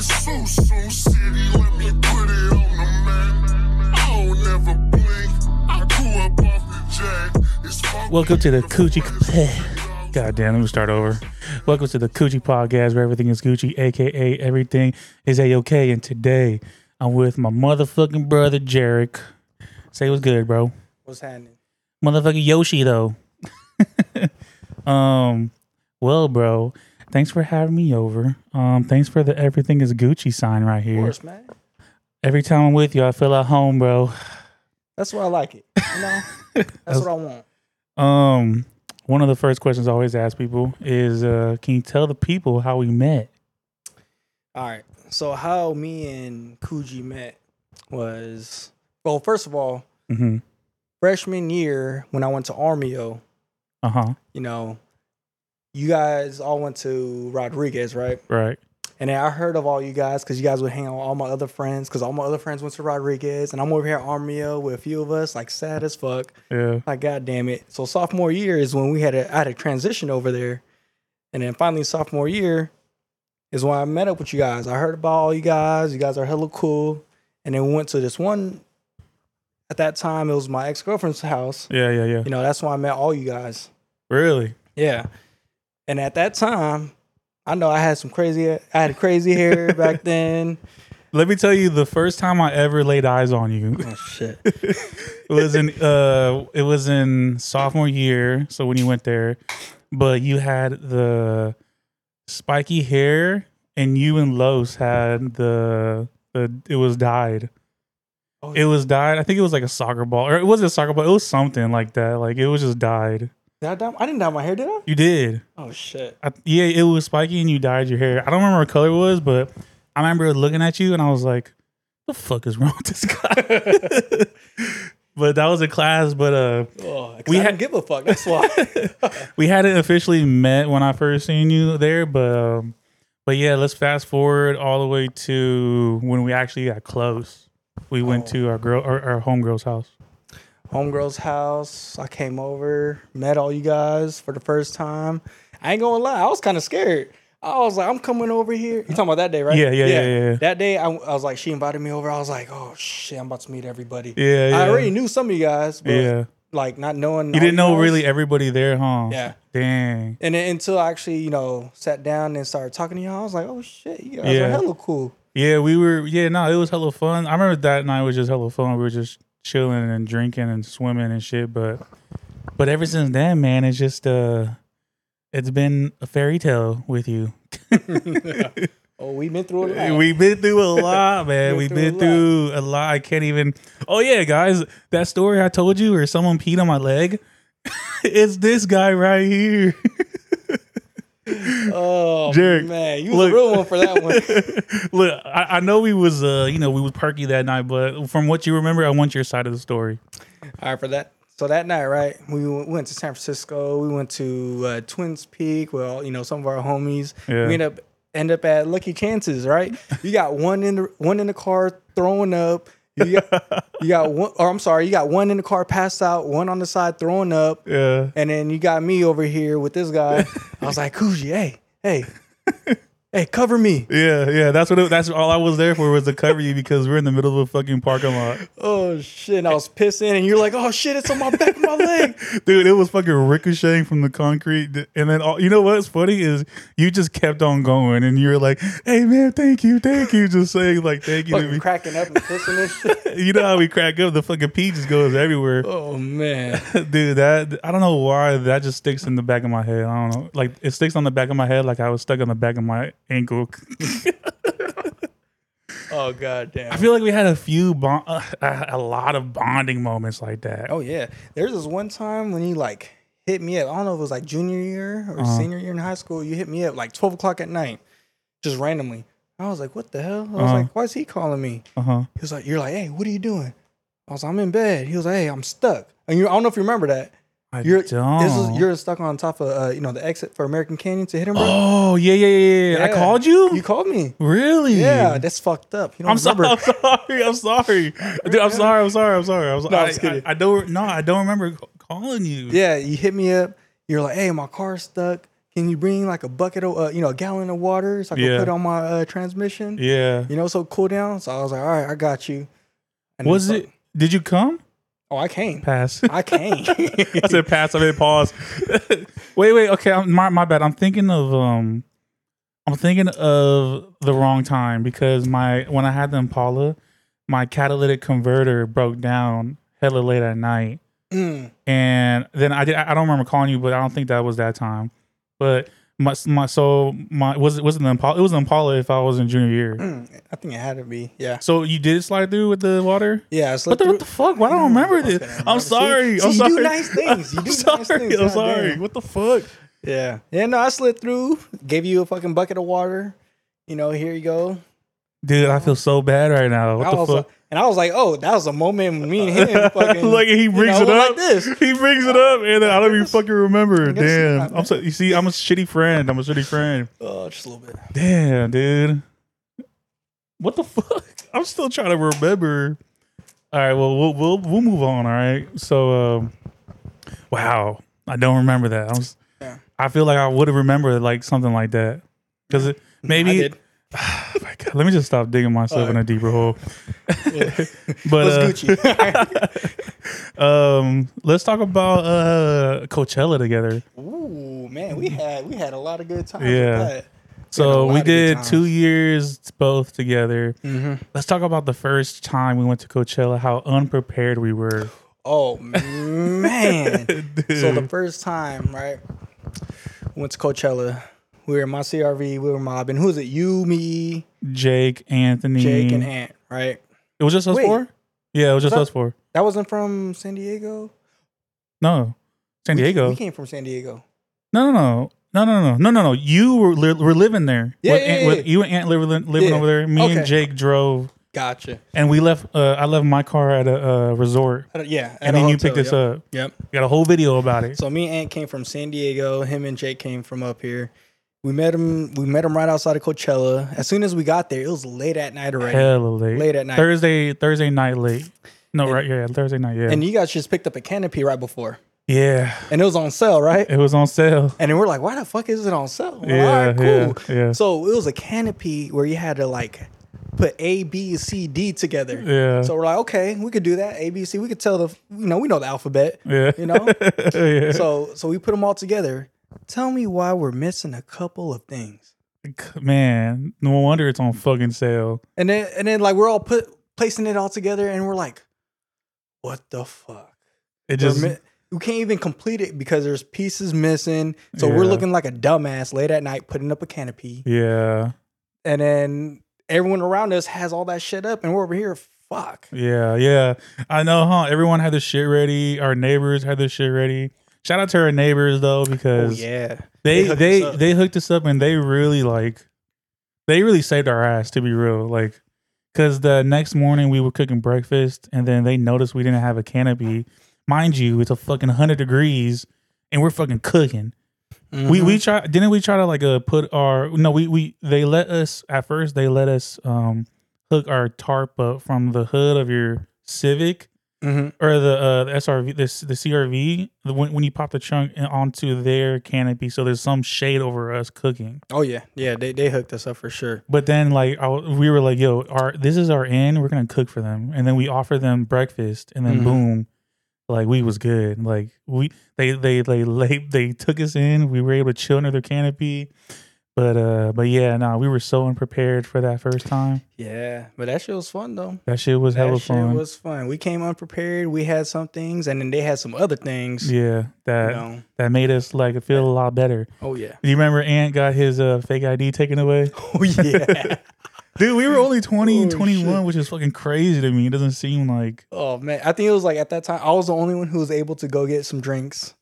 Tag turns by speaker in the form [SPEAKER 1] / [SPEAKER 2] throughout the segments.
[SPEAKER 1] Susu City, let me put it on the map. I don't never blink. I grew up off the jack. It's funky
[SPEAKER 2] Welcome to the
[SPEAKER 1] in
[SPEAKER 2] Coochie.
[SPEAKER 1] forest.
[SPEAKER 2] God damn, let me start over. Welcome to the Coochie Podcast, where everything is Gucci, aka everything is a okay. And today, I'm with my motherfucking brother Jarek. Say what's good, bro.
[SPEAKER 3] What's happening?
[SPEAKER 2] Motherfucking Yoshi, though. um, well, bro, thanks for having me over. Um, thanks for the everything is Gucci sign right
[SPEAKER 3] Of
[SPEAKER 2] here.
[SPEAKER 3] course, man.
[SPEAKER 2] Every time I'm with you, I feel at home, bro.
[SPEAKER 3] That's why I like it. You know, that's what I want.
[SPEAKER 2] Um, one of the first questions I always ask people is, uh, can you tell the people how we met?
[SPEAKER 3] All right. So how me and Coogee met was well, first of all,
[SPEAKER 2] Mm-hmm.
[SPEAKER 3] freshman year when I went to Armio,
[SPEAKER 2] Uh huh.
[SPEAKER 3] you know, you guys all went to Rodriguez, right?
[SPEAKER 2] Right.
[SPEAKER 3] And then I heard of all you guys because you guys would hang out with all my other friends because all my other friends went to Rodriguez and I'm over here at Armio with a few of us, like sad as fuck.
[SPEAKER 2] Yeah.
[SPEAKER 3] Like, God damn it. So sophomore year is when we had a I had a transition over there. And then finally sophomore year is when I met up with you guys. I heard about all you guys. You guys are hella cool. And then we went to this one at that time it was my ex-girlfriend's house.
[SPEAKER 2] Yeah. Yeah. Yeah.
[SPEAKER 3] You know, that's when I met all you guys.
[SPEAKER 2] Really?
[SPEAKER 3] Yeah. And at that time, I know I had some crazy I had crazy hair back then.
[SPEAKER 2] Let me tell you, the first time I ever laid eyes on you
[SPEAKER 3] Oh shit.
[SPEAKER 2] was in uh, it was in sophomore year. So when you went there, but you had the spiky hair, and you and Los had the the it was dyed.
[SPEAKER 3] Oh,
[SPEAKER 2] It was dyed. I think it was like a soccer ball, or it wasn't a soccer ball. It was something like that. Like it was just dyed.
[SPEAKER 3] Did I, dye- I didn't dye my hair, did I?
[SPEAKER 2] You did.
[SPEAKER 3] Oh shit.
[SPEAKER 2] I, yeah, it was spiky and you dyed your hair. I don't remember what color it was, but I remember looking at you and I was like, the fuck is wrong with this guy? but that was a class, but uh
[SPEAKER 3] Oh, 'cause
[SPEAKER 2] We
[SPEAKER 3] I
[SPEAKER 2] had-
[SPEAKER 3] didn't give a fuck. That's why.
[SPEAKER 2] we hadn't officially met when I first seen you there, but um but yeah, let's fast forward all the way to when we actually got close. We went
[SPEAKER 3] Oh.
[SPEAKER 2] to our girl our, our homegirl's house.
[SPEAKER 3] homegirl's house. I came over, met all you guys for the first time. I ain't gonna lie, I was kind of scared. I was like, I'm coming over here. You talking about that day, right?
[SPEAKER 2] Yeah, yeah, yeah, yeah, yeah.
[SPEAKER 3] That day, I, I was like, she invited me over. I was like, oh shit, I'm about to meet everybody.
[SPEAKER 2] Yeah, yeah.
[SPEAKER 3] I already knew some of you guys, but
[SPEAKER 2] Yeah.
[SPEAKER 3] like not knowing.
[SPEAKER 2] You didn't know really everybody there, huh?
[SPEAKER 3] Yeah.
[SPEAKER 2] Dang.
[SPEAKER 3] And then until I actually, you know, sat down and started talking to y'all, I was like, oh shit, you guys
[SPEAKER 2] Yeah.
[SPEAKER 3] are hella cool.
[SPEAKER 2] Yeah, we were. Yeah, no, it was hella fun. I remember that night was just hella fun. We were just chilling and drinking and swimming and shit. But, but ever since then, man, it's just uh, it's been a fairy tale with you.
[SPEAKER 3] Oh, we been through it. all.
[SPEAKER 2] We've been through a lot, man.
[SPEAKER 3] Been
[SPEAKER 2] We've
[SPEAKER 3] through
[SPEAKER 2] been
[SPEAKER 3] a lot.
[SPEAKER 2] through a lot. I can't even. Oh yeah, guys, that story I told you, where someone peed on my leg. it's this guy right here.
[SPEAKER 3] oh
[SPEAKER 2] Jerk,
[SPEAKER 3] man, you was
[SPEAKER 2] look.
[SPEAKER 3] a real one for that one.
[SPEAKER 2] Look, I, I know we was uh, you know, we was perky that night, but from what you remember, I want your side of the story.
[SPEAKER 3] All right, for that. So that night, right, we w- went to San Francisco. We went to uh, Twins Peak. Well, you know, some of our homies.
[SPEAKER 2] Yeah.
[SPEAKER 3] We end up end up at Lucky Chances, right? You got one in the one in the car throwing up. You got, you got one, or I'm sorry, you got one in the car passed out, one on the side throwing up,
[SPEAKER 2] Yeah.
[SPEAKER 3] and then you got me over here with this guy. I was like, Coogee, hey, hey, hey, cover me.
[SPEAKER 2] Yeah, yeah, that's what it, that's all I was there for was to cover you because we're in the middle of a fucking parking lot,
[SPEAKER 3] Oh shit! And I was pissing, and you're like, oh shit, it's on my back, of my leg.
[SPEAKER 2] dude. It was fucking ricocheting from the concrete, and then all, you know what's funny is you just kept on going, and you were like, "Hey man, thank you, thank you," just saying like thank you. To
[SPEAKER 3] Fucking
[SPEAKER 2] me.
[SPEAKER 3] cracking up and pissing and shit.
[SPEAKER 2] You know how we crack up? The fucking pee just goes everywhere,
[SPEAKER 3] Oh man.
[SPEAKER 2] dude. That I don't know why that just sticks in the back of my head. I don't know, like it sticks on the back of my head, like I was stuck on the back of my ankle.
[SPEAKER 3] Oh god
[SPEAKER 2] I
[SPEAKER 3] damn.
[SPEAKER 2] feel like we had a few, bon- a, a lot of bonding moments like that.
[SPEAKER 3] Oh yeah. There's this one time when you like hit me up. I don't know if it was like junior year or
[SPEAKER 2] Uh-huh.
[SPEAKER 3] senior year in high school. You hit me up like twelve o'clock at night, just randomly. I was like, what the hell? I was
[SPEAKER 2] Uh-huh.
[SPEAKER 3] like, why is he calling me?
[SPEAKER 2] Uh huh.
[SPEAKER 3] He was like, you're like, hey, what are you doing? I was like, I'm in bed. He was like, hey, I'm stuck. And you, I don't know if you remember that.
[SPEAKER 2] I
[SPEAKER 3] You're
[SPEAKER 2] don't.
[SPEAKER 3] this is, you're stuck on top of uh, you know the exit for American Canyon to hit him.
[SPEAKER 2] Oh yeah, yeah, yeah, yeah. I
[SPEAKER 3] Yeah.
[SPEAKER 2] called you.
[SPEAKER 3] You called me.
[SPEAKER 2] really?
[SPEAKER 3] Yeah, that's fucked up. You don't
[SPEAKER 2] I'm sorry. I'm
[SPEAKER 3] remember.
[SPEAKER 2] sorry. I'm sorry. Dude, I'm sorry. I'm sorry. I'm sorry. I was.
[SPEAKER 3] No, I'm
[SPEAKER 2] I,
[SPEAKER 3] just kidding.
[SPEAKER 2] I, I don't. No, I don't remember c- calling you.
[SPEAKER 3] Yeah, you hit me up. You're like, hey, my car's stuck. can you bring like a bucket of, uh, you know, a gallon of water so I can
[SPEAKER 2] Yeah.
[SPEAKER 3] put it on my uh, transmission?
[SPEAKER 2] Yeah.
[SPEAKER 3] You know, so cool down. So I was like, all right, I got you. And
[SPEAKER 2] Was
[SPEAKER 3] it's
[SPEAKER 2] it?
[SPEAKER 3] like,
[SPEAKER 2] Did you come?
[SPEAKER 3] Oh, I came.
[SPEAKER 2] Pass.
[SPEAKER 3] I came.
[SPEAKER 2] I said pass. I made pause. wait, wait. Okay, I'm, my my bad. I'm thinking of um, I'm thinking of the wrong time because my when I had the Impala, my catalytic converter broke down hella late at night,
[SPEAKER 3] Mm,
[SPEAKER 2] and then I did. I I don't remember calling you, but I don't think that was that time. But my my so my was it was it an Impala? It was an Impala if I was in junior year.
[SPEAKER 3] mm, I think it had to be. Yeah.
[SPEAKER 2] So you did slide through with the water.
[SPEAKER 3] Yeah. I
[SPEAKER 2] What
[SPEAKER 3] slept
[SPEAKER 2] the,
[SPEAKER 3] through-
[SPEAKER 2] what the fuck? Why don't I remember
[SPEAKER 3] Okay,
[SPEAKER 2] this?
[SPEAKER 3] I
[SPEAKER 2] I'm
[SPEAKER 3] remember. See-
[SPEAKER 2] sorry.
[SPEAKER 3] see,
[SPEAKER 2] I'm
[SPEAKER 3] you
[SPEAKER 2] sorry.
[SPEAKER 3] do nice things. You
[SPEAKER 2] I'm
[SPEAKER 3] do nice
[SPEAKER 2] sorry.
[SPEAKER 3] things.
[SPEAKER 2] I'm
[SPEAKER 3] God
[SPEAKER 2] sorry.
[SPEAKER 3] damn.
[SPEAKER 2] What the fuck?
[SPEAKER 3] Yeah. Yeah, no, I slid through, gave you a fucking bucket of water. You know, here you go.
[SPEAKER 2] Dude, I feel so bad right now. What
[SPEAKER 3] I
[SPEAKER 2] the
[SPEAKER 3] was
[SPEAKER 2] fuck?
[SPEAKER 3] like- and I was like, oh, that was a moment when me and him fucking.
[SPEAKER 2] Look, he
[SPEAKER 3] you
[SPEAKER 2] brings
[SPEAKER 3] know,
[SPEAKER 2] it
[SPEAKER 3] went
[SPEAKER 2] up.
[SPEAKER 3] Like this. Uh,
[SPEAKER 2] He brings it up, and then I don't even fucking remember.
[SPEAKER 3] guess
[SPEAKER 2] Damn,
[SPEAKER 3] not,
[SPEAKER 2] I'm so you see, I'm a shitty friend. I'm a shitty friend.
[SPEAKER 3] Oh, just a little bit.
[SPEAKER 2] Damn, dude. What the fuck? I'm still trying to remember. All right, well, we'll we'll, we'll move on. All right, so um, wow, I don't remember that. I was,
[SPEAKER 3] Yeah.
[SPEAKER 2] I feel like I would have remembered like something like that because
[SPEAKER 3] I
[SPEAKER 2] maybe.
[SPEAKER 3] did.
[SPEAKER 2] Oh my God, let me just stop digging myself in a deeper hole.
[SPEAKER 3] Yeah.
[SPEAKER 2] But
[SPEAKER 3] Let's
[SPEAKER 2] uh,
[SPEAKER 3] Gucci.
[SPEAKER 2] um, let's talk about uh, Coachella together.
[SPEAKER 3] Ooh, man, we had we had a lot of good times.
[SPEAKER 2] Yeah.
[SPEAKER 3] With that.
[SPEAKER 2] So
[SPEAKER 3] lot
[SPEAKER 2] we
[SPEAKER 3] of good
[SPEAKER 2] did
[SPEAKER 3] times.
[SPEAKER 2] two years both together.
[SPEAKER 3] Mhm.
[SPEAKER 2] Let's talk about the first time we went to Coachella. How unprepared we were.
[SPEAKER 3] Oh man. So the first time, right? Went to Coachella. We were in my CRV. We were mobbing. Who was it? You, me,
[SPEAKER 2] Jake, Anthony,
[SPEAKER 3] Jake, and Ant. Right.
[SPEAKER 2] it was just us
[SPEAKER 3] Wait.
[SPEAKER 2] four. Yeah, it was just
[SPEAKER 3] that-
[SPEAKER 2] us four.
[SPEAKER 3] That wasn't from San Diego.
[SPEAKER 2] No, San
[SPEAKER 3] We-
[SPEAKER 2] Diego.
[SPEAKER 3] We came from San Diego.
[SPEAKER 2] no, no, no. No, no, no, no, no, no! You were li- were living there.
[SPEAKER 3] Yeah,
[SPEAKER 2] with,
[SPEAKER 3] yeah,
[SPEAKER 2] Aunt-
[SPEAKER 3] yeah,
[SPEAKER 2] with-
[SPEAKER 3] yeah.
[SPEAKER 2] you and Aunt living, living
[SPEAKER 3] Yeah.
[SPEAKER 2] over there. Me
[SPEAKER 3] Okay.
[SPEAKER 2] and Jake drove,
[SPEAKER 3] Gotcha.
[SPEAKER 2] and we left. Uh, I left my car at a uh, resort,
[SPEAKER 3] At a- yeah. at
[SPEAKER 2] and
[SPEAKER 3] a
[SPEAKER 2] then you
[SPEAKER 3] hotel,
[SPEAKER 2] picked us
[SPEAKER 3] yep.
[SPEAKER 2] up.
[SPEAKER 3] Yep.
[SPEAKER 2] Got a whole video about it.
[SPEAKER 3] So me and Ant came from San Diego. Him and Jake came from up here. We met him. We met him right outside of Coachella. As soon as we got there, it was late at night already.
[SPEAKER 2] Hella late.
[SPEAKER 3] Late at night.
[SPEAKER 2] Thursday, Thursday night late. No, right? Yeah, Thursday night. Yeah.
[SPEAKER 3] And you guys just picked up a canopy right before,
[SPEAKER 2] yeah.
[SPEAKER 3] and it was on sale, right?
[SPEAKER 2] It was on sale.
[SPEAKER 3] And then we're like, why the fuck is it on sale? Well,
[SPEAKER 2] Yeah,
[SPEAKER 3] all right, cool.
[SPEAKER 2] yeah, yeah.
[SPEAKER 3] So it was a canopy where you had to like put A, B, C, D together.
[SPEAKER 2] Yeah.
[SPEAKER 3] So we're like, okay, we could do that. A, B, C. We could tell the, you know, we know the alphabet.
[SPEAKER 2] yeah.
[SPEAKER 3] You know?
[SPEAKER 2] yeah.
[SPEAKER 3] So so we put them all together. Tell me why we're missing a couple of things.
[SPEAKER 2] Man, no wonder it's on fucking sale.
[SPEAKER 3] And then and then like we're all put placing it all together and we're like, what the fuck?
[SPEAKER 2] It
[SPEAKER 3] We're
[SPEAKER 2] just.
[SPEAKER 3] mi- we can't even complete it because there's pieces missing. So we're
[SPEAKER 2] Yeah.
[SPEAKER 3] looking like a dumbass late at night putting up a canopy.
[SPEAKER 2] yeah.
[SPEAKER 3] And then everyone around us has all that shit up and we're over here, fuck.
[SPEAKER 2] Yeah. Yeah. I know, huh? Everyone had their shit ready. Our neighbors had their shit ready. Shout out to our neighbors though,
[SPEAKER 3] Oh
[SPEAKER 2] because
[SPEAKER 3] yeah.
[SPEAKER 2] they
[SPEAKER 3] They hooked
[SPEAKER 2] they
[SPEAKER 3] us up.
[SPEAKER 2] they hooked us up and they really like they really saved our ass to be real like because the next morning we were cooking breakfast and then they noticed we didn't have a canopy mind you it's a fucking 100 degrees and we're fucking cooking we
[SPEAKER 3] Mm-hmm.
[SPEAKER 2] we try didn't we try to like uh put our no we we they let us at first they let us um hook our tarp up from the hood of your civic
[SPEAKER 3] Mhm.
[SPEAKER 2] or the uh, the SRV, this the CRV, the, when, when you pop the trunk and onto their canopy, so there's some shade over us cooking.
[SPEAKER 3] Oh yeah. Yeah, they, they hooked us up for sure.
[SPEAKER 2] But then, like, I, w- we were like, "Yo, our this is our end. We're gonna cook for them." And then we offer them breakfast, and then
[SPEAKER 3] Mhm.
[SPEAKER 2] boom, like we was good. Like we they they they they, they took us in. We were able to chill under their canopy. But uh, but yeah, nah, we were so unprepared for that first time.
[SPEAKER 3] Yeah. But that shit was fun though.
[SPEAKER 2] That shit was
[SPEAKER 3] That
[SPEAKER 2] hella
[SPEAKER 3] shit
[SPEAKER 2] fun.
[SPEAKER 3] was fun. We came unprepared. We had some things, and then they had some other things.
[SPEAKER 2] yeah, that
[SPEAKER 3] You know.
[SPEAKER 2] that made us like feel a lot better.
[SPEAKER 3] Oh yeah.
[SPEAKER 2] Do you remember Ant got his uh, fake ID taken away?
[SPEAKER 3] Oh yeah.
[SPEAKER 2] Dude, we were only 20 and
[SPEAKER 3] Oh,
[SPEAKER 2] 21, which is fucking crazy to me. It doesn't seem like.
[SPEAKER 3] oh man. I think it was like at that time I was the only one who was able to go get some drinks,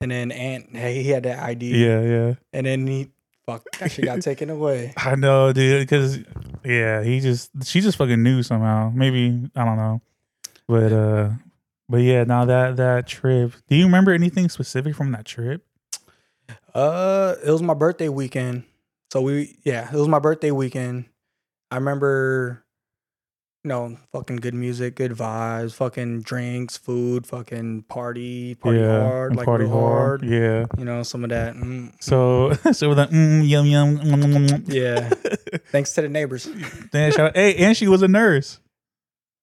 [SPEAKER 3] and then Aunt hey, he had that ID,
[SPEAKER 2] Yeah, yeah.
[SPEAKER 3] and then he fuck that shit got taken away.
[SPEAKER 2] I know, dude, because, yeah, he just, she just fucking knew somehow. Maybe, I don't know. But, uh, but yeah, now that, that trip, do you remember anything specific from that trip?
[SPEAKER 3] Uh, it was my birthday weekend, so we yeah, it was my birthday weekend. I remember you know, fucking good music, good vibes, fucking drinks, food, fucking party, party
[SPEAKER 2] yeah,
[SPEAKER 3] hard,
[SPEAKER 2] and
[SPEAKER 3] like
[SPEAKER 2] party
[SPEAKER 3] real hard.
[SPEAKER 2] Yeah.
[SPEAKER 3] You know, some of that. Mm,
[SPEAKER 2] So so with the mm, yum yum. mm, mm, mm,
[SPEAKER 3] yeah. Thanks to the neighbors.
[SPEAKER 2] mm. Then shout out- Hey, and she was a nurse.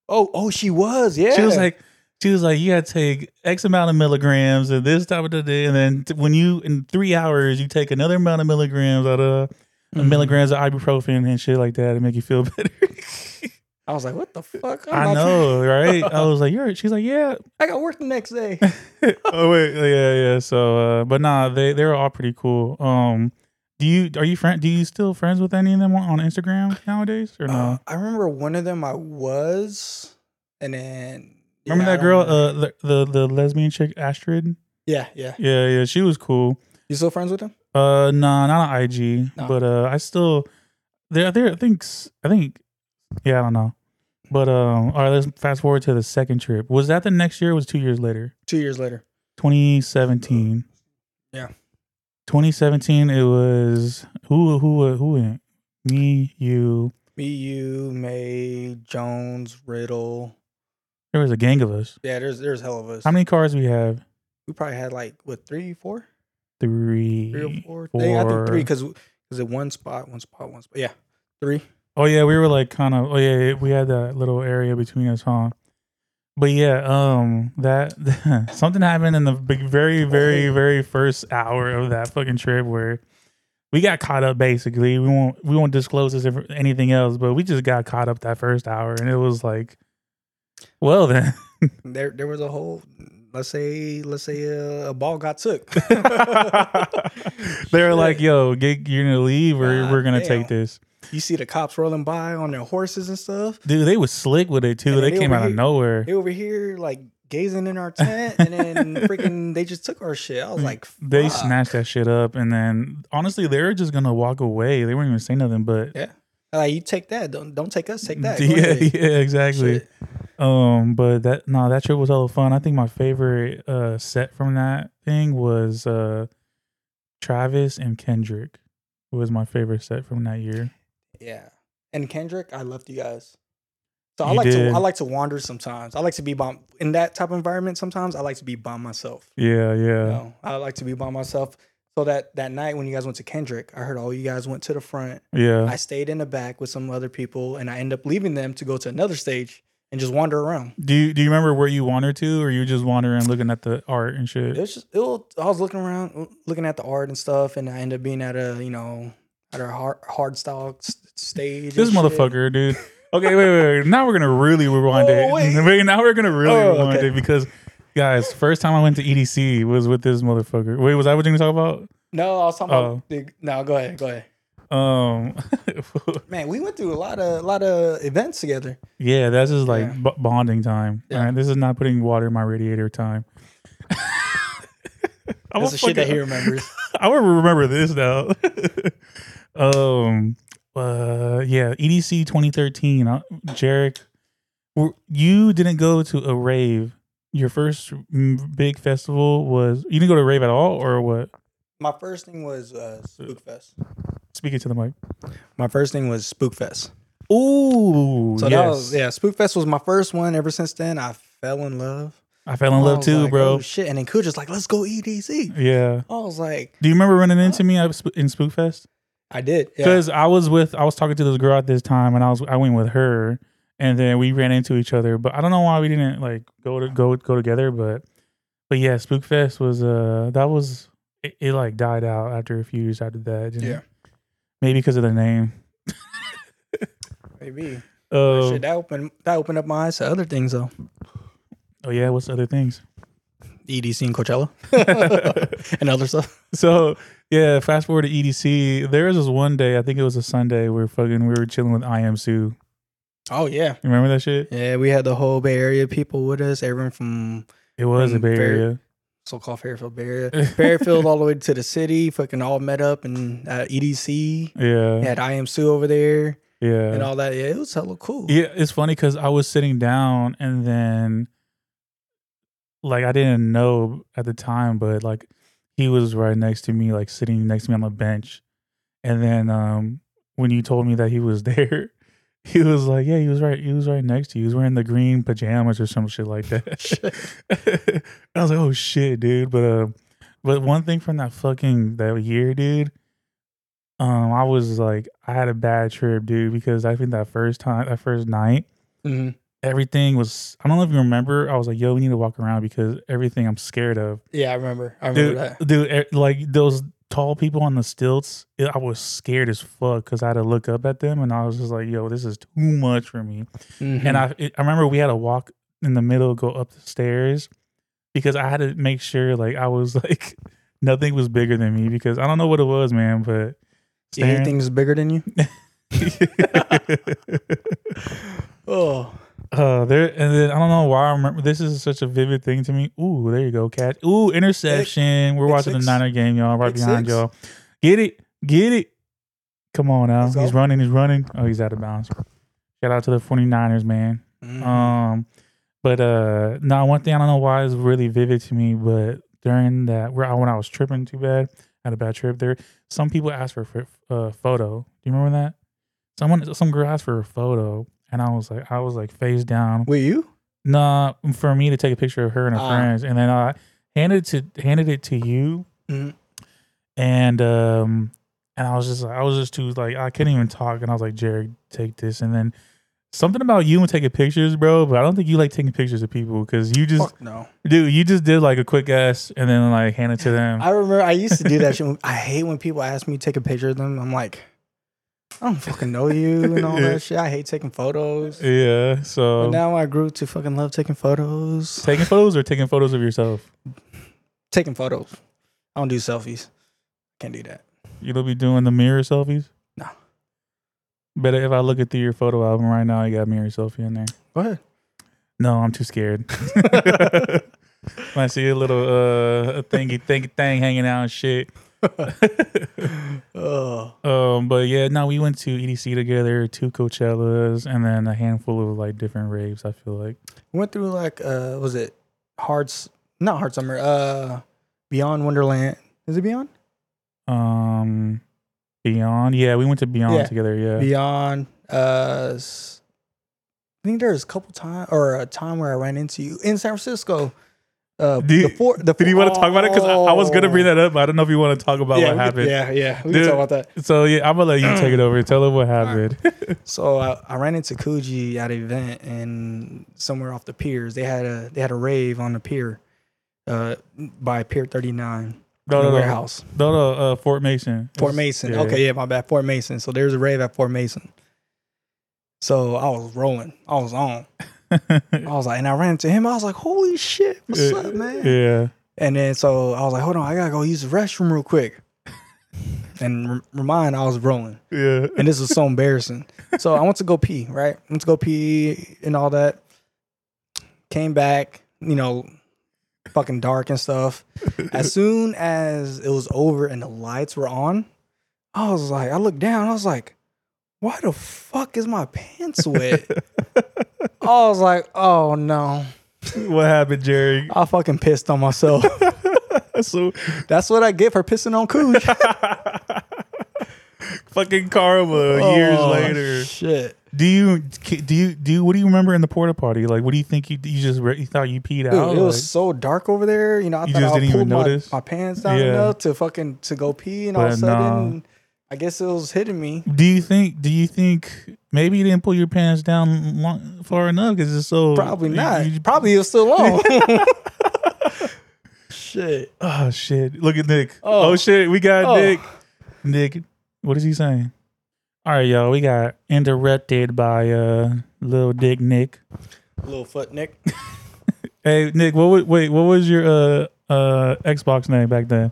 [SPEAKER 3] Oh, oh, she was. Yeah.
[SPEAKER 2] She was like, she was like, you gotta take X amount of milligrams and this type of the day, and then t- when you in three hours you take another amount of milligrams out of Mm-hmm.
[SPEAKER 3] Mhm.
[SPEAKER 2] milligrams of ibuprofen and shit like that to make you feel better.
[SPEAKER 3] I was like, what the fuck? I'm
[SPEAKER 2] I
[SPEAKER 3] about to-
[SPEAKER 2] know, right? I was like, you're. She's like, yeah.
[SPEAKER 3] I got work the next day.
[SPEAKER 2] oh wait, yeah, yeah. So, uh, but nah, they they were all pretty cool. Um, do you are you friend? Do you still friends with any of them on on Instagram nowadays or no?
[SPEAKER 3] Uh, I remember one of them I was, and then
[SPEAKER 2] Remember
[SPEAKER 3] yeah, I
[SPEAKER 2] that
[SPEAKER 3] don't
[SPEAKER 2] girl,
[SPEAKER 3] remember.
[SPEAKER 2] uh, the, the the lesbian chick Astrid?
[SPEAKER 3] yeah, yeah.
[SPEAKER 2] Yeah, yeah, she was cool.
[SPEAKER 3] You still friends with them?
[SPEAKER 2] Uh, nah, not on IG,
[SPEAKER 3] No.
[SPEAKER 2] but uh, I still there. There, I think, s- I think, yeah, I don't know. But um, all right, let's fast forward to the second trip. Was that the next year? Or was it two years later,
[SPEAKER 3] Two years later.
[SPEAKER 2] 2017.
[SPEAKER 3] Yeah.
[SPEAKER 2] 2017. It was who who uh, who went? Me, you.
[SPEAKER 3] Me, you, May, Jones, Riddle.
[SPEAKER 2] There was a gang of us.
[SPEAKER 3] Yeah, there's there's hell of us.
[SPEAKER 2] How many cars we have?
[SPEAKER 3] We probably had like what three, four,
[SPEAKER 2] Three.
[SPEAKER 3] three or four. They- I think three
[SPEAKER 2] four.
[SPEAKER 3] because because it one spot, one spot, one spot. Yeah, three.
[SPEAKER 2] Oh yeah, we were like kind of. Oh yeah, yeah, we had that little area between us, huh? But yeah, um, that something happened in the big, very, very, very first hour of that fucking trip where we got caught up. Basically, we won't we won't disclose this if anything else, but we just got caught up that first hour, and it was like, well then,
[SPEAKER 3] There there was a whole. Let's say let's say uh, a ball got took.
[SPEAKER 2] they were like,
[SPEAKER 3] Shit.
[SPEAKER 2] "Yo, get, you're gonna leave, or
[SPEAKER 3] God
[SPEAKER 2] we're gonna
[SPEAKER 3] damn.
[SPEAKER 2] take this."
[SPEAKER 3] you see the cops rolling by on their horses and stuff.
[SPEAKER 2] Dude, they was slick with it too.
[SPEAKER 3] And
[SPEAKER 2] They
[SPEAKER 3] they
[SPEAKER 2] came
[SPEAKER 3] were
[SPEAKER 2] out of
[SPEAKER 3] here-
[SPEAKER 2] nowhere.
[SPEAKER 3] They over here like gazing in our tent, and then freaking they just took our shit. I was like,
[SPEAKER 2] They
[SPEAKER 3] fuck.
[SPEAKER 2] snatched that shit up, and then honestly, they were just gonna walk away. They weren't even say nothing, but
[SPEAKER 3] Yeah, like you take that. Don't don't take us. Take that. Go
[SPEAKER 2] yeah,
[SPEAKER 3] ahead.
[SPEAKER 2] yeah, exactly.
[SPEAKER 3] Shit.
[SPEAKER 2] Um, but that no, that trip was hella fun. I think my favorite uh set from that thing was uh Travis and Kendrick was my favorite set from that year.
[SPEAKER 3] Yeah. And Kendrick, I left you guys. So I
[SPEAKER 2] You
[SPEAKER 3] like
[SPEAKER 2] did.
[SPEAKER 3] to I like to wander sometimes. I like to be by in that type of environment sometimes. I like to be by myself.
[SPEAKER 2] Yeah, yeah,
[SPEAKER 3] You know? I like to be by myself. So that that night when you guys went to Kendrick, I heard all you guys went to the front.
[SPEAKER 2] yeah.
[SPEAKER 3] I stayed in the back with some other people and I end up leaving them to go to another stage and just wander around.
[SPEAKER 2] do you do you remember where you wandered to, or you just wandering looking at the art and shit?
[SPEAKER 3] It was just it was, I was looking around looking at the art and stuff and I ended up being at a, you know, at a hard hard style s- stage.
[SPEAKER 2] This
[SPEAKER 3] and shit.
[SPEAKER 2] motherfucker, dude. Okay, wait, wait, wait. Now we're gonna really rewind
[SPEAKER 3] Oh,
[SPEAKER 2] it.
[SPEAKER 3] wait.
[SPEAKER 2] Wait, now we're gonna really
[SPEAKER 3] Oh,
[SPEAKER 2] rewind
[SPEAKER 3] okay.
[SPEAKER 2] it because, guys, first time I went to EDC was with this motherfucker. Wait, was that what you were gonna talk
[SPEAKER 3] No, I was talking about
[SPEAKER 2] Oh.
[SPEAKER 3] the, no, go ahead, go ahead.
[SPEAKER 2] about? Um,
[SPEAKER 3] Man, we went through a lot of a lot of events together.
[SPEAKER 2] yeah, that's just like
[SPEAKER 3] Yeah.
[SPEAKER 2] b- bonding time.
[SPEAKER 3] Yeah.
[SPEAKER 2] All right, this is not putting water in my radiator time. I'm
[SPEAKER 3] That's
[SPEAKER 2] a
[SPEAKER 3] the shit that he
[SPEAKER 2] fucking-
[SPEAKER 3] remembers.
[SPEAKER 2] I would remember this now. um, uh, yeah, EDC 2013. Uh, Jarek, w- you didn't go to a rave. Your first mm, big festival was you didn't go to a rave at all, or what?
[SPEAKER 3] My first thing was uh, Spookfest.
[SPEAKER 2] Speaking to the mic.
[SPEAKER 3] My first thing was Spookfest.
[SPEAKER 2] Ooh,
[SPEAKER 3] So that
[SPEAKER 2] yes.
[SPEAKER 3] was yeah, Spookfest was my first one. Ever since then, I fell in love.
[SPEAKER 2] I fell in
[SPEAKER 3] I
[SPEAKER 2] love
[SPEAKER 3] was
[SPEAKER 2] too,
[SPEAKER 3] like,
[SPEAKER 2] bro.
[SPEAKER 3] oh, shit, and then Kuja's like, "Let's go EDC."
[SPEAKER 2] yeah.
[SPEAKER 3] I was like,
[SPEAKER 2] Do you remember running into me at Sp- in Spookfest?
[SPEAKER 3] "I did." Yeah.
[SPEAKER 2] Because I was with I was talking to this girl at this time, and I was I went with her, and then we ran into each other. But I don't know why we didn't like go to go go together. But but yeah, Spookfest was uh that was it, it like died out after a few years after that. didn't it?
[SPEAKER 3] Yeah.
[SPEAKER 2] maybe because of the name.
[SPEAKER 3] Maybe.
[SPEAKER 2] Oh,
[SPEAKER 3] Shit, that opened that opened up my eyes to other things though.
[SPEAKER 2] oh yeah, what's the other things?
[SPEAKER 3] EDC E and Coachella and other stuff.
[SPEAKER 2] So yeah, fast forward to EDC. There was this one day, I think it was a Sunday, where fucking we were chilling with IM Sue.
[SPEAKER 3] Oh yeah,
[SPEAKER 2] You remember that shit?
[SPEAKER 3] yeah. We had the whole Bay Area people with us. Everyone from
[SPEAKER 2] It was a
[SPEAKER 3] Mm,
[SPEAKER 2] Bay
[SPEAKER 3] very-
[SPEAKER 2] Area.
[SPEAKER 3] so-called Fairfield barrier. Fairfield all the way to the city, fucking all met up and uh, EDC.
[SPEAKER 2] Yeah,
[SPEAKER 3] We
[SPEAKER 2] yeah,
[SPEAKER 3] had IM Sue over there
[SPEAKER 2] yeah.
[SPEAKER 3] and all that. Yeah, it was hella cool.
[SPEAKER 2] Yeah, it's funny because I was sitting down and then, like, I didn't know at the time, but like, he was right next to me, like sitting next to me on the bench, and then um, when you told me that he was there, He was like, yeah, he was right. He was right next to you. He was wearing the green pajamas or some shit like that. I was like, oh shit, dude. But uh, but one thing from that fucking that year, dude. Um, I was like, I had a bad trip, dude, because I think that first time, that first night,
[SPEAKER 3] Mhm.
[SPEAKER 2] everything was. I don't know if you remember. I was like, yo, we need to walk around because everything I'm scared of.
[SPEAKER 3] Yeah, I remember. I remember
[SPEAKER 2] dude,
[SPEAKER 3] that.
[SPEAKER 2] dude, eh, like those tall people on the stilts, eh, I was scared as fuck because I had to look up at them, and I was just like, "Yo, this is too much for me."
[SPEAKER 3] Mm-hmm. Hmm.
[SPEAKER 2] And I, it- I remember we had to walk in the middle, go up the stairs, because I had to make sure like I was like nothing was bigger than me because I don't know what it was, man, but staring.
[SPEAKER 3] anything's bigger than you. Oh,
[SPEAKER 2] uh, there and then I don't know why I remember this is such a vivid thing to me. Ooh, there you go, catch. Ooh, interception. We're
[SPEAKER 3] Pick
[SPEAKER 2] watching
[SPEAKER 3] six.
[SPEAKER 2] the Niner game, y'all. Right
[SPEAKER 3] Pick
[SPEAKER 2] behind
[SPEAKER 3] six.
[SPEAKER 2] y'all. Get it, get it. Come on now.
[SPEAKER 3] Let's
[SPEAKER 2] He's
[SPEAKER 3] go.
[SPEAKER 2] running, he's running. Oh, he's out of bounds. Shout out to the 49ers, man.
[SPEAKER 3] Mhm.
[SPEAKER 2] Um, but uh, now one thing I don't know why is really vivid to me, but during that where I, when I was tripping too bad, had a bad trip there. Some people asked for a ph- uh, photo. Do you remember that? Someone, some girl asked for a photo, and I was like, I was like face down.
[SPEAKER 3] Wait, you?
[SPEAKER 2] Nah, for me to take a picture of her and her
[SPEAKER 3] Ah.
[SPEAKER 2] friends, and then I handed it to handed it to you,
[SPEAKER 3] Mhm.
[SPEAKER 2] and um, and I was just I was just too like I couldn't even talk, and I was like, Jared, take this, and then something about you and taking pictures, bro. But I don't think you like taking pictures of people because you just
[SPEAKER 3] Fuck no.
[SPEAKER 2] dude, you just did like a quick ass and then like hand it to them.
[SPEAKER 3] I remember I used to do that shit. I hate when people ask me to take a picture of them. I'm like, I don't fucking know you and all
[SPEAKER 2] Yeah.
[SPEAKER 3] that shit. I hate taking photos.
[SPEAKER 2] yeah, so
[SPEAKER 3] But now I grew to fucking love taking photos.
[SPEAKER 2] taking photos or taking photos of yourself.
[SPEAKER 3] Taking photos. I don't do selfies. Can't do that.
[SPEAKER 2] You don't be doing the mirror selfies.
[SPEAKER 3] No.
[SPEAKER 2] Better if I look at through your photo album right now, you got mirror selfie in there.
[SPEAKER 3] Go ahead.
[SPEAKER 2] No, I'm too scared. I see a little uh thingy thingy thing hanging out and shit.
[SPEAKER 3] Oh,
[SPEAKER 2] Um, but yeah, no, we went to EDC together, two Coachellas, and then a handful of like different raves. I feel like
[SPEAKER 3] went through like uh, was it Hearts? Not Hard Summer. Uh, Beyond Wonderland. Is it Beyond?
[SPEAKER 2] um, Beyond. Yeah, we went to Beyond
[SPEAKER 3] Yeah.
[SPEAKER 2] together. Yeah,
[SPEAKER 3] Beyond. Uh, s- I think there was a couple time or a time where I ran into you in San Francisco. Uh,
[SPEAKER 2] Did-
[SPEAKER 3] the four, the
[SPEAKER 2] Did you want to talk about it? Because I, I was gonna bring
[SPEAKER 3] Oh.
[SPEAKER 2] that up. But I don't know if you want to talk about
[SPEAKER 3] yeah,
[SPEAKER 2] what
[SPEAKER 3] we could-
[SPEAKER 2] happened.
[SPEAKER 3] yeah, yeah, we
[SPEAKER 2] Dude.
[SPEAKER 3] can talk about that.
[SPEAKER 2] So yeah, I'm gonna let you take it over. Tell them what happened.
[SPEAKER 3] So I, I ran into Coogee at an event and somewhere off the piers. They had a they had a rave on the pier, uh, by Pier Thirty Nine
[SPEAKER 2] no, no, no,
[SPEAKER 3] warehouse,
[SPEAKER 2] no, no. Uh, Fort Mason.
[SPEAKER 3] Fort Mason.
[SPEAKER 2] yeah.
[SPEAKER 3] Okay, yeah, my bad, Fort Mason. So there's a rave at Fort Mason. So I was rolling, I was on. I was like, and I ran into him. I was like, holy shit, what's up, man?
[SPEAKER 2] Yeah.
[SPEAKER 3] And then so I was like, hold on, I gotta go use the restroom real quick. and re- remind I was rolling.
[SPEAKER 2] Yeah.
[SPEAKER 3] and this was so embarrassing. So I went to go pee, right? Went to go pee and all that. Came back, you know, fucking dark and stuff. As soon as it was over and the lights were on, I was like, I looked down, I was like, why the fuck is my pants wet? I was like, oh no.
[SPEAKER 2] what happened, Jerry?
[SPEAKER 3] I fucking pissed on myself.
[SPEAKER 2] so
[SPEAKER 3] That's what I get for pissing on Cooch.
[SPEAKER 2] fucking karma years
[SPEAKER 3] Oh,
[SPEAKER 2] later.
[SPEAKER 3] Shit.
[SPEAKER 2] Do you do you do you, what do you remember in the porta potty? Like what do you think you you just re- you thought you peed
[SPEAKER 3] Dude,
[SPEAKER 2] out?
[SPEAKER 3] it was so dark over there. You know, I
[SPEAKER 2] You
[SPEAKER 3] thought
[SPEAKER 2] just
[SPEAKER 3] I
[SPEAKER 2] didn't
[SPEAKER 3] pulled
[SPEAKER 2] even
[SPEAKER 3] my,
[SPEAKER 2] notice?
[SPEAKER 3] my pants down
[SPEAKER 2] Yeah.
[SPEAKER 3] enough to fucking to go pee, and all of a
[SPEAKER 2] But nah.
[SPEAKER 3] sudden, I guess it was hitting me.
[SPEAKER 2] Like, do you think do you think maybe you didn't pull your pants down long, far enough cuz it's so
[SPEAKER 3] Probably
[SPEAKER 2] you-
[SPEAKER 3] not.
[SPEAKER 2] you-
[SPEAKER 3] Probably it was still long. Shit.
[SPEAKER 2] Oh shit. Look at Nick. Oh,
[SPEAKER 3] Oh.
[SPEAKER 2] shit, we got
[SPEAKER 3] Oh.
[SPEAKER 2] Nick. Nick, what is he saying? All right, y'all. We got interrupted by uh little dick Nick.
[SPEAKER 3] Little foot, Nick.
[SPEAKER 2] Hey Nick, what was, wait, what was your uh uh Xbox name back then?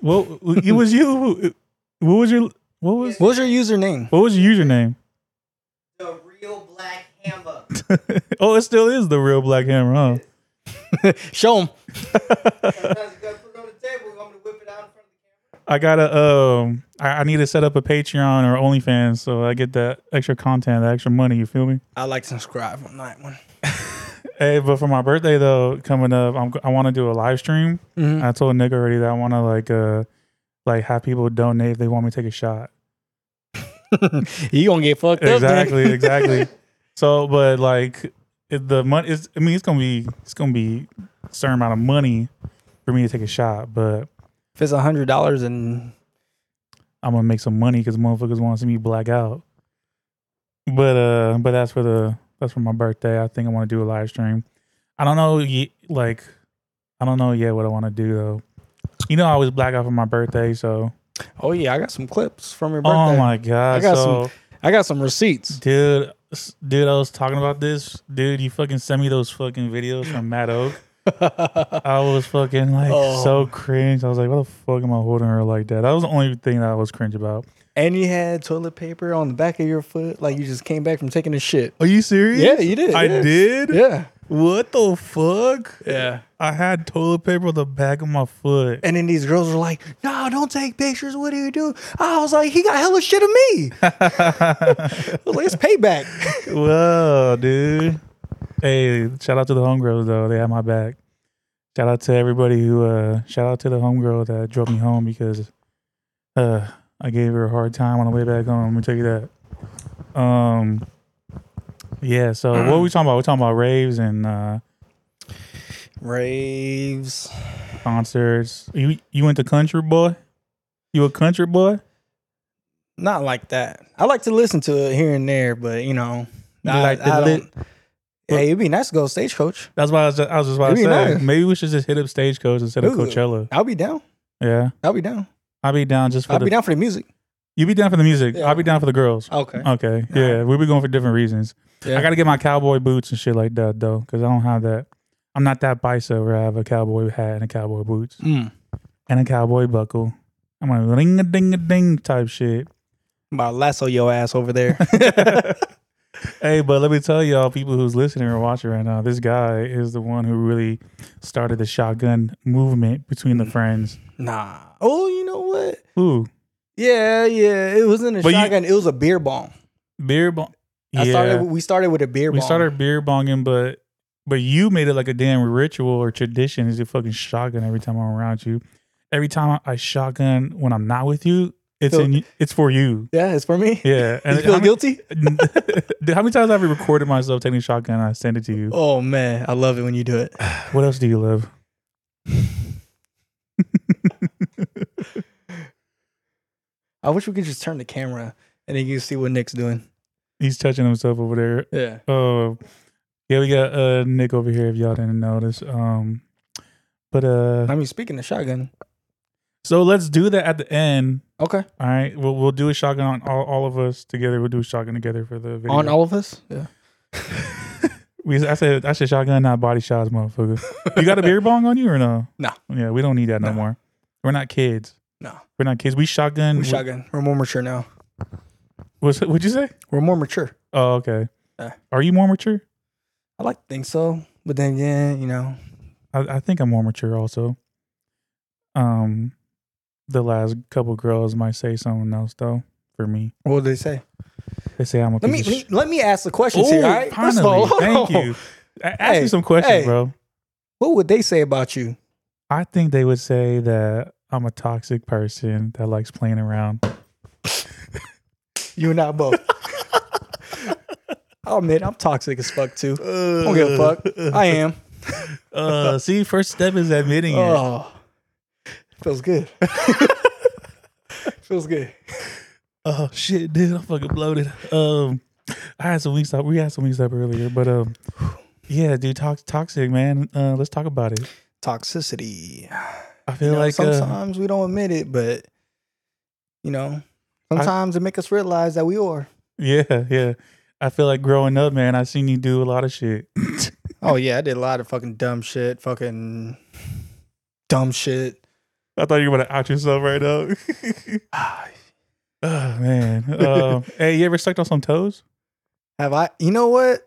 [SPEAKER 2] Well, it was you. who- What was your what was
[SPEAKER 3] What's your username?
[SPEAKER 2] what was your username?
[SPEAKER 4] The real black hammer.
[SPEAKER 2] oh, it still is the real Black Hammer, huh?
[SPEAKER 3] Show him.
[SPEAKER 4] Sometimes you gotta put it on the table. You want me to whip it out in front of the camera?
[SPEAKER 2] I gotta um, I, I need to set up a Patreon or OnlyFans so I get that extra content, that extra money. You feel me?
[SPEAKER 3] I like to subscribe on that one.
[SPEAKER 2] Hey, but for my birthday though, coming up, I'm, I want to do a live stream.
[SPEAKER 3] Mhm.
[SPEAKER 2] I told Nick already that I want to like uh like have people donate if they want me to take a shot.
[SPEAKER 3] you gonna get fucked up. then.
[SPEAKER 2] exactly, exactly. So, but like it- the money is. I mean, it's gonna be it's gonna be a certain amount of money for me to take a shot, but
[SPEAKER 3] if it's a hundred dollars and
[SPEAKER 2] I'm gonna make some money because motherfuckers want to see me black out. But uh, but that's for the that's for my birthday. I think I want to do a live stream. I don't know, ye- like I don't know yet what I want to do though. You know, I always black out for my birthday, so
[SPEAKER 3] oh yeah, I got some clips from your birthday.
[SPEAKER 2] oh my god,
[SPEAKER 3] I got
[SPEAKER 2] so.
[SPEAKER 3] some- I got some receipts.
[SPEAKER 2] Dude, s- dude, I was talking about this. Dude, you fucking sent me those fucking videos from Matt Oak. I was fucking like
[SPEAKER 3] Oh.
[SPEAKER 2] so cringe. I was like, what the fuck am I holding her like that? That was the only thing that I was cringe about.
[SPEAKER 3] and you had toilet paper on the back of your foot, like you just came back from taking a shit.
[SPEAKER 2] Are you serious?
[SPEAKER 3] Yeah, you did.
[SPEAKER 2] I
[SPEAKER 3] yeah.
[SPEAKER 2] did?
[SPEAKER 3] Yeah,
[SPEAKER 2] What the fuck?
[SPEAKER 3] yeah.
[SPEAKER 2] I had toilet paper on the back of my foot.
[SPEAKER 3] And then these girls were like, "No, don't take pictures. What do you do?" I was like, "He got hella shit of me." I was like, "It's payback."
[SPEAKER 2] Whoa, dude. Hey, shout out to the homegirls though. They had my back. Shout out to everybody who uh shout out to the homegirl that drove me home because uh I gave her a hard time on the way back home. Let me tell you that. Um Yeah, so what were we talking about? We're talking about raves and uh
[SPEAKER 3] Raves.
[SPEAKER 2] concerts. You you went to country boy? You a country boy?
[SPEAKER 3] Not like that. I like to listen to it here and there, but you know,
[SPEAKER 2] You
[SPEAKER 3] I,
[SPEAKER 2] like to
[SPEAKER 3] I
[SPEAKER 2] lit-
[SPEAKER 3] don't. Hey, it'd be nice to go stagecoach.
[SPEAKER 2] That's why I was just, I was just about to
[SPEAKER 3] It'd be
[SPEAKER 2] say
[SPEAKER 3] nice.
[SPEAKER 2] maybe we should just hit up stagecoach instead of
[SPEAKER 3] Ooh.
[SPEAKER 2] Coachella.
[SPEAKER 3] I'll be down.
[SPEAKER 2] Yeah.
[SPEAKER 3] I'll be down.
[SPEAKER 2] I'll be down just for
[SPEAKER 3] I'll
[SPEAKER 2] the
[SPEAKER 3] be down for the music.
[SPEAKER 2] You be down for the music.
[SPEAKER 3] Yeah.
[SPEAKER 2] I'll be down for the girls.
[SPEAKER 3] Okay.
[SPEAKER 2] Okay. Yeah. we be going for different reasons.
[SPEAKER 3] Yeah.
[SPEAKER 2] I got to get my cowboy boots and shit like that, though, because I don't have that. I'm not that bicep where I have a cowboy hat and a cowboy boots
[SPEAKER 3] Mm.
[SPEAKER 2] and a cowboy buckle. I'm a ring a ding a ding type shit.
[SPEAKER 3] I'm about to lasso your ass over there.
[SPEAKER 2] Hey, but let me tell y'all, people who's listening or watching right now, this guy is the one who really started the shotgun movement between the friends.
[SPEAKER 3] nah. Oh, you know what?
[SPEAKER 2] Ooh,
[SPEAKER 3] Yeah, yeah. It wasn't a
[SPEAKER 2] But you-
[SPEAKER 3] shotgun. it was a beer bomb.
[SPEAKER 2] beer bong.
[SPEAKER 3] I started. We started with a beer
[SPEAKER 2] we
[SPEAKER 3] bomb.
[SPEAKER 2] started beer bonging, but but you made it like a damn ritual or tradition is you fucking shotgun every time I'm around you. Every time I shotgun when I'm not with you, it's
[SPEAKER 3] Feel-
[SPEAKER 2] in it's for you.
[SPEAKER 3] Yeah, it's for me.
[SPEAKER 2] Yeah.
[SPEAKER 3] you feel
[SPEAKER 2] how, many,
[SPEAKER 3] guilty?
[SPEAKER 2] Dude, how many times have I recorded myself taking a shotgun and I send it to you?
[SPEAKER 3] Oh man, I love it when you do it.
[SPEAKER 2] What else do you love?
[SPEAKER 3] I wish we could just turn the camera and then you can see what Nick's doing.
[SPEAKER 2] He's touching himself over there.
[SPEAKER 3] Yeah.
[SPEAKER 2] Oh, yeah, we got uh Nick over here if y'all didn't notice. Um but uh
[SPEAKER 3] I mean, speaking of shotgun.
[SPEAKER 2] so let's do that at the end.
[SPEAKER 3] Okay.
[SPEAKER 2] All right, we'll we'll do a shotgun on all, all of us together. We'll do a shotgun together for the video.
[SPEAKER 3] On all of us. Yeah.
[SPEAKER 2] we, I said I said shotgun, not body shots, motherfucker. you got a beer bong on you or no?
[SPEAKER 3] No.
[SPEAKER 2] Yeah, we don't need that no,
[SPEAKER 3] No.
[SPEAKER 2] more. We're not kids.
[SPEAKER 3] No.
[SPEAKER 2] We're not kids. We shotgun.
[SPEAKER 3] We shotgun. We're more mature now.
[SPEAKER 2] What's, what'd you say?
[SPEAKER 3] We're more mature.
[SPEAKER 2] Oh, okay.
[SPEAKER 3] Yeah.
[SPEAKER 2] Are you more mature?
[SPEAKER 3] I like to think so, but then yeah, you know.
[SPEAKER 2] I, I think I'm more mature also. Um, the last couple girls might say something else though. For me,
[SPEAKER 3] What would they say?
[SPEAKER 2] they say I'm a piece
[SPEAKER 3] Let me
[SPEAKER 2] of
[SPEAKER 3] let me,
[SPEAKER 2] sh-
[SPEAKER 3] let me ask the questions
[SPEAKER 2] Ooh,
[SPEAKER 3] here. All right.
[SPEAKER 2] finally,
[SPEAKER 3] First of all, hold
[SPEAKER 2] thank
[SPEAKER 3] on.
[SPEAKER 2] you. A- Ask
[SPEAKER 3] Hey,
[SPEAKER 2] me some questions,
[SPEAKER 3] hey.
[SPEAKER 2] bro.
[SPEAKER 3] What would they say about you?
[SPEAKER 2] I think they would say that I'm a toxic person that likes playing around.
[SPEAKER 3] You and I both. I'll admit I'm toxic as fuck too. I don't give a fuck. I am.
[SPEAKER 2] Uh, see, first step is admitting it.
[SPEAKER 3] Oh, feels good. feels good.
[SPEAKER 2] Oh shit, dude, I'm fucking bloated. Um, I had some wings up. We had some wings up earlier, but um, yeah, dude, tox- toxic man. Uh, let's talk about it.
[SPEAKER 3] Toxicity.
[SPEAKER 2] I feel
[SPEAKER 3] You know,
[SPEAKER 2] like uh,
[SPEAKER 3] sometimes we don't admit it, but you know, sometimes it make us realize that we are.
[SPEAKER 2] yeah, yeah. I feel like growing up, man. I seen you do a lot of shit.
[SPEAKER 3] Oh yeah, I did a lot of fucking dumb shit. Fucking dumb shit.
[SPEAKER 2] I thought you were gonna out yourself right now.
[SPEAKER 3] Ah,
[SPEAKER 2] oh man. Um, hey, you ever sucked on some toes?
[SPEAKER 3] Have I? You know what?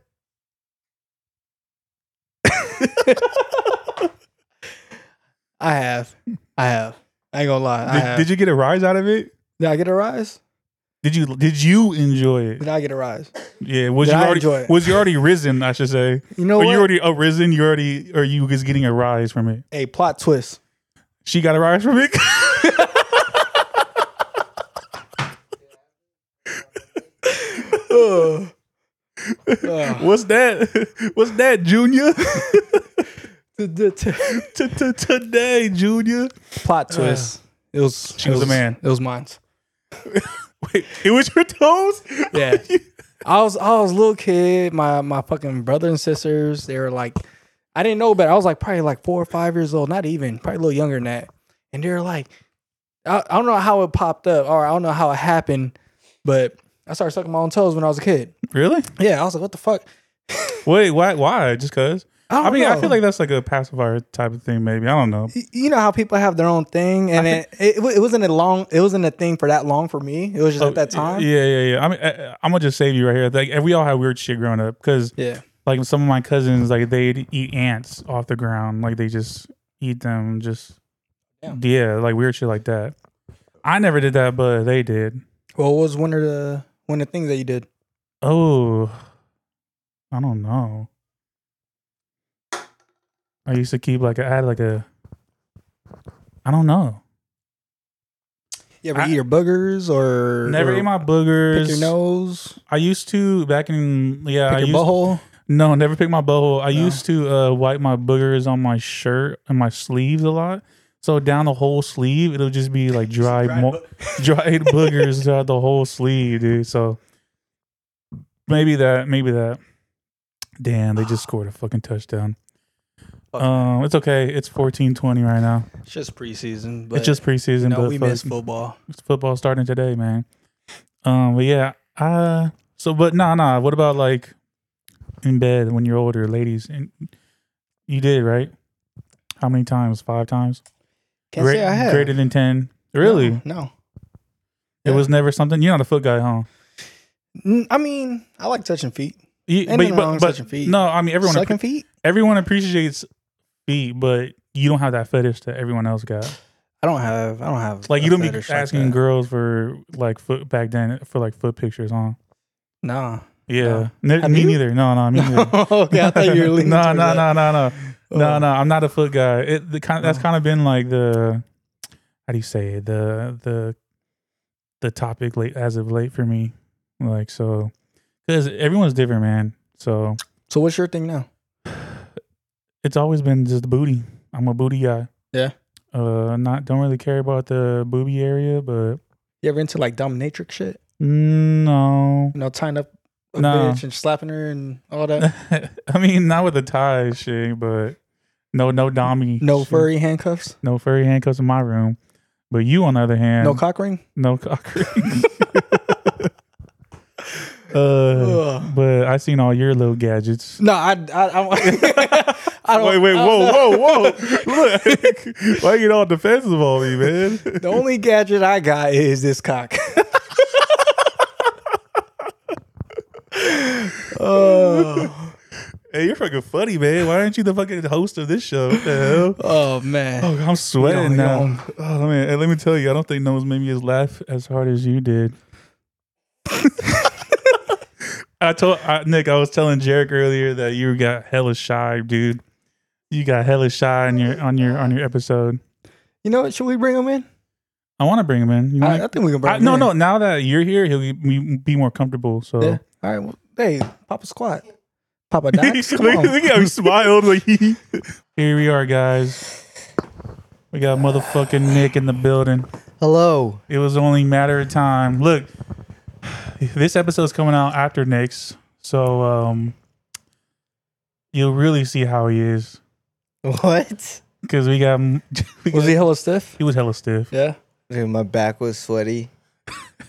[SPEAKER 3] I have. I have. I ain't gonna lie. I
[SPEAKER 2] Did,
[SPEAKER 3] have.
[SPEAKER 2] did you get a rise out of it?
[SPEAKER 3] Did I get a rise?
[SPEAKER 2] Did you did you enjoy it?
[SPEAKER 3] Did I get a rise?
[SPEAKER 2] Yeah, was
[SPEAKER 3] Did
[SPEAKER 2] you
[SPEAKER 3] I
[SPEAKER 2] already
[SPEAKER 3] enjoy it?
[SPEAKER 2] was you already risen? I should say.
[SPEAKER 3] You know
[SPEAKER 2] Or
[SPEAKER 3] what?
[SPEAKER 2] Oh, you already arisen? You already or you was getting a rise from it?
[SPEAKER 3] a plot twist.
[SPEAKER 2] She got a rise from it.
[SPEAKER 3] Uh, Ugh.
[SPEAKER 2] What's that? What's that, Junior?
[SPEAKER 3] The- the- the-
[SPEAKER 2] T- t- Today, Junior.
[SPEAKER 3] Plot twist. it was.
[SPEAKER 2] Uh. She
[SPEAKER 3] it
[SPEAKER 2] was a man.
[SPEAKER 3] It was mine.
[SPEAKER 2] Wait, it was your toes?
[SPEAKER 3] Yeah. I was I was a little kid. My my fucking brother and sisters, they were like, I didn't know better. I was like probably like four or five years old, not even, probably a little younger than that. And they were like, I, I don't know how it popped up or I don't know how it happened, but I started sucking my own toes when I was a kid.
[SPEAKER 2] really?
[SPEAKER 3] Yeah, I was like, what the fuck?
[SPEAKER 2] Wait, why? Why? Just cause?
[SPEAKER 3] don't
[SPEAKER 2] I mean, I
[SPEAKER 3] know.
[SPEAKER 2] feel like that's like a pacifier type of thing. Maybe I don't know.
[SPEAKER 3] Y- you know how people have their own thing, and it, it it wasn't a long it wasn't a thing for that long for me. It was just at that time.
[SPEAKER 2] Oh, Yeah, yeah, yeah. I mean, I, I'm gonna just save you right here. Like, we all had weird shit growing up because,
[SPEAKER 3] yeah.
[SPEAKER 2] like, some of my cousins, like, they'd eat ants off the ground. Like, they just eat them. Just yeah,
[SPEAKER 3] Yeah.
[SPEAKER 2] like weird shit like that. I never did that, but they did.
[SPEAKER 3] Well, what was one of the one of the things that you did?
[SPEAKER 2] Oh, I don't know. I used to keep like I had like a. I don't know.
[SPEAKER 3] You ever
[SPEAKER 2] I-
[SPEAKER 3] eat your boogers or
[SPEAKER 2] Never
[SPEAKER 3] or
[SPEAKER 2] ate my boogers.
[SPEAKER 3] pick your nose,
[SPEAKER 2] I used to back in yeah.
[SPEAKER 3] pick
[SPEAKER 2] Uh, I
[SPEAKER 3] your
[SPEAKER 2] used,
[SPEAKER 3] butthole?
[SPEAKER 2] No, never pick my butthole. I
[SPEAKER 3] No.
[SPEAKER 2] used to uh, wipe my boogers on my shirt and my sleeves a lot. So down the whole sleeve, it'll just be like dry,
[SPEAKER 4] Dry
[SPEAKER 2] mo-
[SPEAKER 4] book.
[SPEAKER 2] dried boogers throughout the whole sleeve, dude. So maybe that, maybe that. Damn, they just scored a fucking touchdown.
[SPEAKER 3] Fuck.
[SPEAKER 2] Um, it's okay. It's fourteen twenty right now.
[SPEAKER 3] It's just preseason, but
[SPEAKER 2] it's just preseason,
[SPEAKER 3] you know,
[SPEAKER 2] but
[SPEAKER 3] we
[SPEAKER 2] fuck,
[SPEAKER 3] miss football.
[SPEAKER 2] it's football starting today, man. Um, but yeah, uh, so but nah, nah. What about like in bed when you're older, ladies? And you did right? How many times? Five times?
[SPEAKER 3] Can't
[SPEAKER 2] Great-
[SPEAKER 3] say I have.
[SPEAKER 2] Greater than ten? Really?
[SPEAKER 3] No.
[SPEAKER 2] It was never something. You're not a foot guy, huh?
[SPEAKER 3] N- I mean, I like touching feet,
[SPEAKER 2] You,
[SPEAKER 3] Ain't nothing wrong with touching feet.
[SPEAKER 2] no, I mean everyone.
[SPEAKER 3] sucking
[SPEAKER 2] appre-
[SPEAKER 3] feet.
[SPEAKER 2] everyone appreciates feet, but you don't have that fetish that everyone else got.
[SPEAKER 3] I don't have. I don't have.
[SPEAKER 2] Like
[SPEAKER 3] a
[SPEAKER 2] you don't be
[SPEAKER 3] fetish like
[SPEAKER 2] asking
[SPEAKER 3] that.
[SPEAKER 2] girls for like foot back then for like foot pictures, huh?
[SPEAKER 3] Nah.
[SPEAKER 2] Yeah, Ne-
[SPEAKER 3] Have
[SPEAKER 2] me
[SPEAKER 3] you?
[SPEAKER 2] neither. No, no, me neither.
[SPEAKER 3] okay, I thought you were leaning.
[SPEAKER 2] no,
[SPEAKER 3] towards
[SPEAKER 2] no,
[SPEAKER 3] that.
[SPEAKER 2] no, no, no, no,
[SPEAKER 3] Oh.
[SPEAKER 2] no. I'm not a foot guy. It the kind that's
[SPEAKER 3] Oh.
[SPEAKER 2] kind of been like the how do you say it? the the the topic late as of late for me. Like so, because everyone's different, man. So
[SPEAKER 3] So what's your thing now?
[SPEAKER 2] it's always been just booty. I'm a booty guy.
[SPEAKER 3] Yeah.
[SPEAKER 2] Uh, not don't really care about the booby area, but
[SPEAKER 3] You ever into like dominatrix shit?
[SPEAKER 2] no.
[SPEAKER 3] You know, tying up a
[SPEAKER 2] No.
[SPEAKER 3] bitch and slapping her and all that.
[SPEAKER 2] I mean, not with the tie shit, but no, no dommy.
[SPEAKER 3] No
[SPEAKER 2] shit.
[SPEAKER 3] furry handcuffs.
[SPEAKER 2] no furry handcuffs in my room. But you, on the other hand,
[SPEAKER 3] No cock ring.
[SPEAKER 2] No cock ring. uh,
[SPEAKER 3] Ugh.
[SPEAKER 2] but I seen all your little gadgets.
[SPEAKER 3] No, I, I, I, I don't.
[SPEAKER 2] Wait, wait,
[SPEAKER 3] I don't
[SPEAKER 2] whoa,
[SPEAKER 3] know.
[SPEAKER 2] whoa, whoa! Look, why you get all defensive on me, man?
[SPEAKER 3] The only gadget I got is this cock. oh,
[SPEAKER 2] Hey, you're fucking funny, man. Why aren't you the fucking host of this show? What the hell?
[SPEAKER 3] oh man.
[SPEAKER 2] Oh, I'm sweating
[SPEAKER 3] You
[SPEAKER 2] now.
[SPEAKER 3] don't- you
[SPEAKER 2] Oh man, and let me tell you, I don't think no one's made me as laugh as hard as you did. I told I, Nick, I was telling Jarek earlier that you got hella shy, dude. You got hella shy on your on your on your episode.
[SPEAKER 3] You know what? Should we bring him in?
[SPEAKER 2] I want to bring him in. You
[SPEAKER 3] I,
[SPEAKER 2] wanna,
[SPEAKER 3] I think we can
[SPEAKER 2] I,
[SPEAKER 3] bring him
[SPEAKER 2] no,
[SPEAKER 3] in.
[SPEAKER 2] no. Now that you're here, he'll be- be be more comfortable. So
[SPEAKER 3] Yeah. All right. Well, hey, Papa Squat. Papa
[SPEAKER 2] look,
[SPEAKER 3] Doc. Come on.
[SPEAKER 2] look how he smiled. Like he- here we are, guys. We got motherfucking Nick in the building.
[SPEAKER 4] Hello.
[SPEAKER 2] It was only a matter of time. Look, this episode's coming out after Nick's, so um, you'll really see how he is
[SPEAKER 4] What?
[SPEAKER 2] because we got, him- we
[SPEAKER 3] Was
[SPEAKER 2] got-
[SPEAKER 3] he hella stiff?
[SPEAKER 2] he was hella stiff.
[SPEAKER 3] Yeah.
[SPEAKER 4] Dude, my back was sweaty.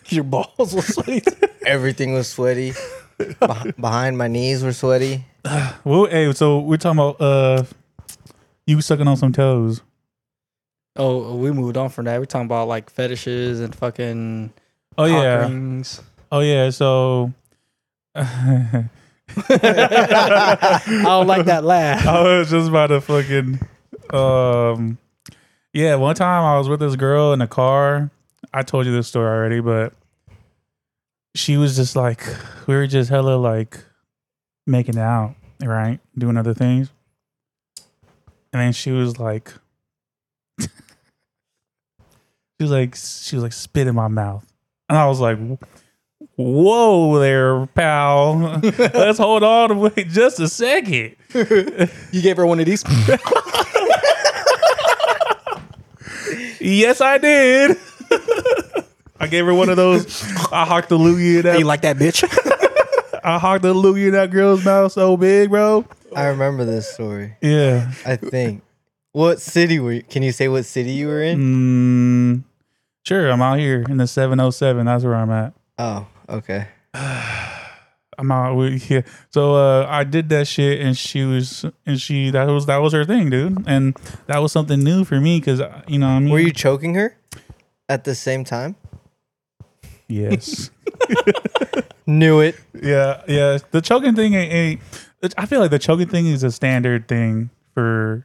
[SPEAKER 3] Your balls were sweet.
[SPEAKER 4] Everything was sweaty. Beh- behind my knees were sweaty.
[SPEAKER 2] Well, hey, so we're talking about uh, you sucking on some toes.
[SPEAKER 3] oh, we moved on from that. We're talking about like fetishes and fucking
[SPEAKER 2] Oh
[SPEAKER 3] cock
[SPEAKER 2] yeah,
[SPEAKER 3] rings.
[SPEAKER 2] oh yeah. So
[SPEAKER 3] I don't like that laugh.
[SPEAKER 2] I was just about to fucking um yeah, one time I was with this girl in a car. I told you this story already, but she was just like we were just hella like making out, right? Doing other things. And then she was like she was like she was like spit in my mouth. And I was like "Wh- whoa there, pal. Let's hold on to wait just a second.
[SPEAKER 3] You gave her one of these.
[SPEAKER 2] Yes, I did. I gave her one of those. I hocked the loogie in that.
[SPEAKER 3] you like that bitch?
[SPEAKER 2] I hocked the loogie in that girl's mouth so big, bro.
[SPEAKER 4] I remember this story.
[SPEAKER 2] Yeah.
[SPEAKER 4] I think. What city were you? Can you say what city you were in?
[SPEAKER 2] Mm, sure, I'm out here in the 707. That's where I'm at.
[SPEAKER 4] Oh, okay.
[SPEAKER 2] I'm out. With, yeah. So uh, I did that shit, and she was, and she that was that was her thing, dude, and that was something new for me because you know what I mean.
[SPEAKER 4] Were you choking her at the same time?
[SPEAKER 2] Yes.
[SPEAKER 4] Knew it.
[SPEAKER 2] yeah. Yeah. The choking thing ain't, ain't. I feel like the choking thing is a standard thing for.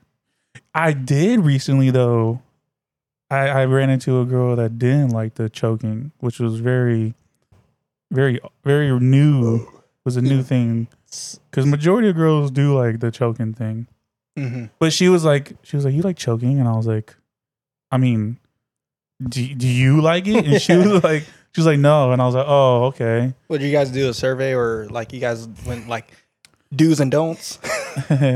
[SPEAKER 2] I did recently though. I, I ran into a girl that didn't like the choking, which was very, very, very new. Was a new thing because majority of girls do like the choking thing.
[SPEAKER 3] Mm-hmm.
[SPEAKER 2] But she was like, she was like, you like choking, and I was like, I mean, do, do you like it? And she was like, she was like, no, and I was like, oh, okay.
[SPEAKER 3] What did you guys do? A survey or like you guys went like do's and don'ts?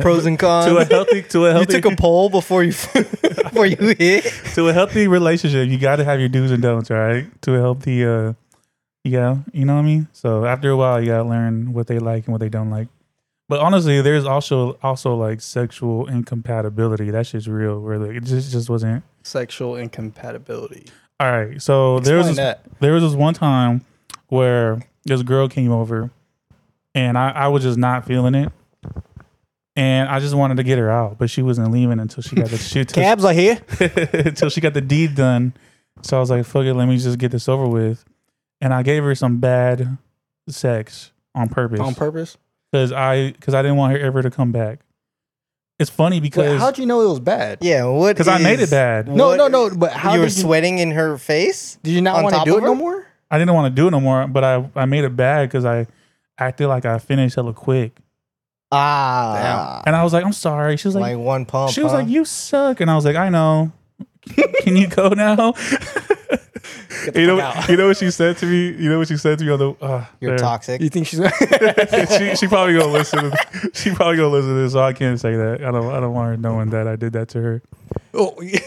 [SPEAKER 4] Pros and
[SPEAKER 2] to a
[SPEAKER 4] cons.
[SPEAKER 2] healthy, to a
[SPEAKER 4] You
[SPEAKER 2] healthy,
[SPEAKER 4] took a poll before you before you hit.
[SPEAKER 2] to a healthy relationship, you got to have your do's and don'ts, all right? To a healthy, uh, yeah, you know what I mean. So after a while, you got to learn what they like and what they don't like. But honestly, there's also also like sexual incompatibility. That shit's real. Where like it just just wasn't.
[SPEAKER 3] Sexual incompatibility.
[SPEAKER 2] All right, so there was
[SPEAKER 3] Explain
[SPEAKER 2] this-
[SPEAKER 3] that.
[SPEAKER 2] there was this one time where this girl came over and I, I was just not feeling it. And I just wanted to get her out, but she wasn't leaving until she got the shit till,
[SPEAKER 3] Cabs are here.
[SPEAKER 2] until she got the deed done. So I was like, fuck it, let me just get this over with. And I gave her some bad sex on purpose.
[SPEAKER 3] On purpose.
[SPEAKER 2] Because I because I didn't want her ever to come back. It's funny
[SPEAKER 3] Wait,
[SPEAKER 2] because
[SPEAKER 3] how'd you know it was bad?
[SPEAKER 4] Yeah, what?
[SPEAKER 2] because I made
[SPEAKER 4] is-
[SPEAKER 2] it bad.
[SPEAKER 3] No,
[SPEAKER 4] What-
[SPEAKER 3] no, no. But how
[SPEAKER 4] you were
[SPEAKER 3] did you,
[SPEAKER 4] sweating in her face.
[SPEAKER 3] did you not
[SPEAKER 4] on
[SPEAKER 3] want to
[SPEAKER 4] top
[SPEAKER 3] do it
[SPEAKER 4] of her?
[SPEAKER 3] no more?
[SPEAKER 2] I didn't want to do it no more, but I, I made it bad because I acted like I finished hella quick.
[SPEAKER 4] Ah,
[SPEAKER 2] And I was like, I'm sorry. She was like,
[SPEAKER 4] like, one pump.
[SPEAKER 2] she was
[SPEAKER 4] huh?
[SPEAKER 2] like, you suck. And I was like, I know. Can you go now? you know,
[SPEAKER 3] out.
[SPEAKER 2] you know what she said to me. You know what she said to me on the. Uh,
[SPEAKER 4] "You're
[SPEAKER 2] there.
[SPEAKER 4] toxic."
[SPEAKER 3] You think she's gonna
[SPEAKER 2] she she probably gonna listen. To, she probably gonna listen to this, so I can't say that. I don't. I don't want her knowing that I did that to her.
[SPEAKER 3] oh, yeah.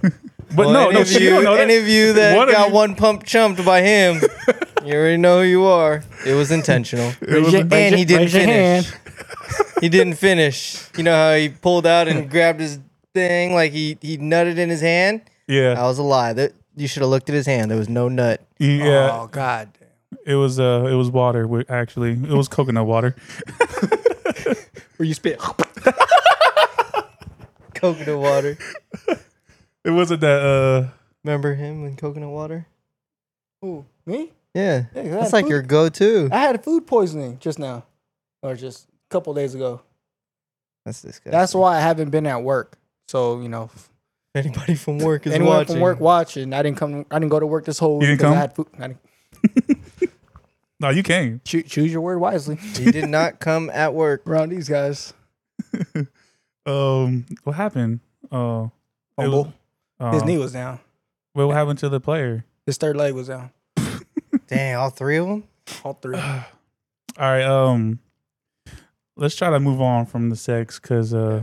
[SPEAKER 2] But
[SPEAKER 4] Well,
[SPEAKER 2] no,
[SPEAKER 4] any
[SPEAKER 2] no,
[SPEAKER 4] of
[SPEAKER 2] she
[SPEAKER 4] you,
[SPEAKER 2] don't know that.
[SPEAKER 4] any of you that
[SPEAKER 2] One of
[SPEAKER 4] got
[SPEAKER 2] you-
[SPEAKER 4] one pump chumped by him, you already know who you are. It was intentional.
[SPEAKER 2] It was-
[SPEAKER 3] Raise your-
[SPEAKER 4] And he didn't
[SPEAKER 3] raise your
[SPEAKER 4] finish.
[SPEAKER 3] hand.
[SPEAKER 4] He didn't finish. You know how he pulled out and grabbed his thing like he he nutted in his hand. That
[SPEAKER 2] yeah,
[SPEAKER 4] was a lie. That you should have looked at his hand. There was no nut.
[SPEAKER 2] yeah.
[SPEAKER 3] Oh god.
[SPEAKER 2] It was uh, it was water. wi- Actually, it was coconut water.
[SPEAKER 3] Where you spit?
[SPEAKER 4] Coconut water.
[SPEAKER 2] It wasn't that. Uh,
[SPEAKER 4] Remember him in coconut water?
[SPEAKER 3] Ooh, me?
[SPEAKER 4] Yeah,
[SPEAKER 3] Yeah, 'cause I
[SPEAKER 4] that's
[SPEAKER 3] had
[SPEAKER 4] like
[SPEAKER 3] food-
[SPEAKER 4] your go-to.
[SPEAKER 3] I had food poisoning just now, or just a couple days ago.
[SPEAKER 4] That's disgusting.
[SPEAKER 3] That's why I haven't been at work. So you know, if
[SPEAKER 4] If anybody from work is
[SPEAKER 3] anyone
[SPEAKER 4] watching.
[SPEAKER 3] from work watching, I didn't come. I didn't go to work this whole week.
[SPEAKER 2] You didn't
[SPEAKER 3] 'cause
[SPEAKER 2] come?
[SPEAKER 3] I had food. I didn't,
[SPEAKER 2] no, you came.
[SPEAKER 3] choo- choose your word wisely.
[SPEAKER 4] he did not come at work.
[SPEAKER 3] Around these guys,
[SPEAKER 2] Um, what happened? Oh, it was-
[SPEAKER 3] Fumble. his
[SPEAKER 2] um,
[SPEAKER 3] knee was down.
[SPEAKER 2] What happened to the player?
[SPEAKER 3] His third leg was down.
[SPEAKER 4] Dang, all three of them.
[SPEAKER 3] All three.
[SPEAKER 2] All right, um, let's try to move on from the sex because uh,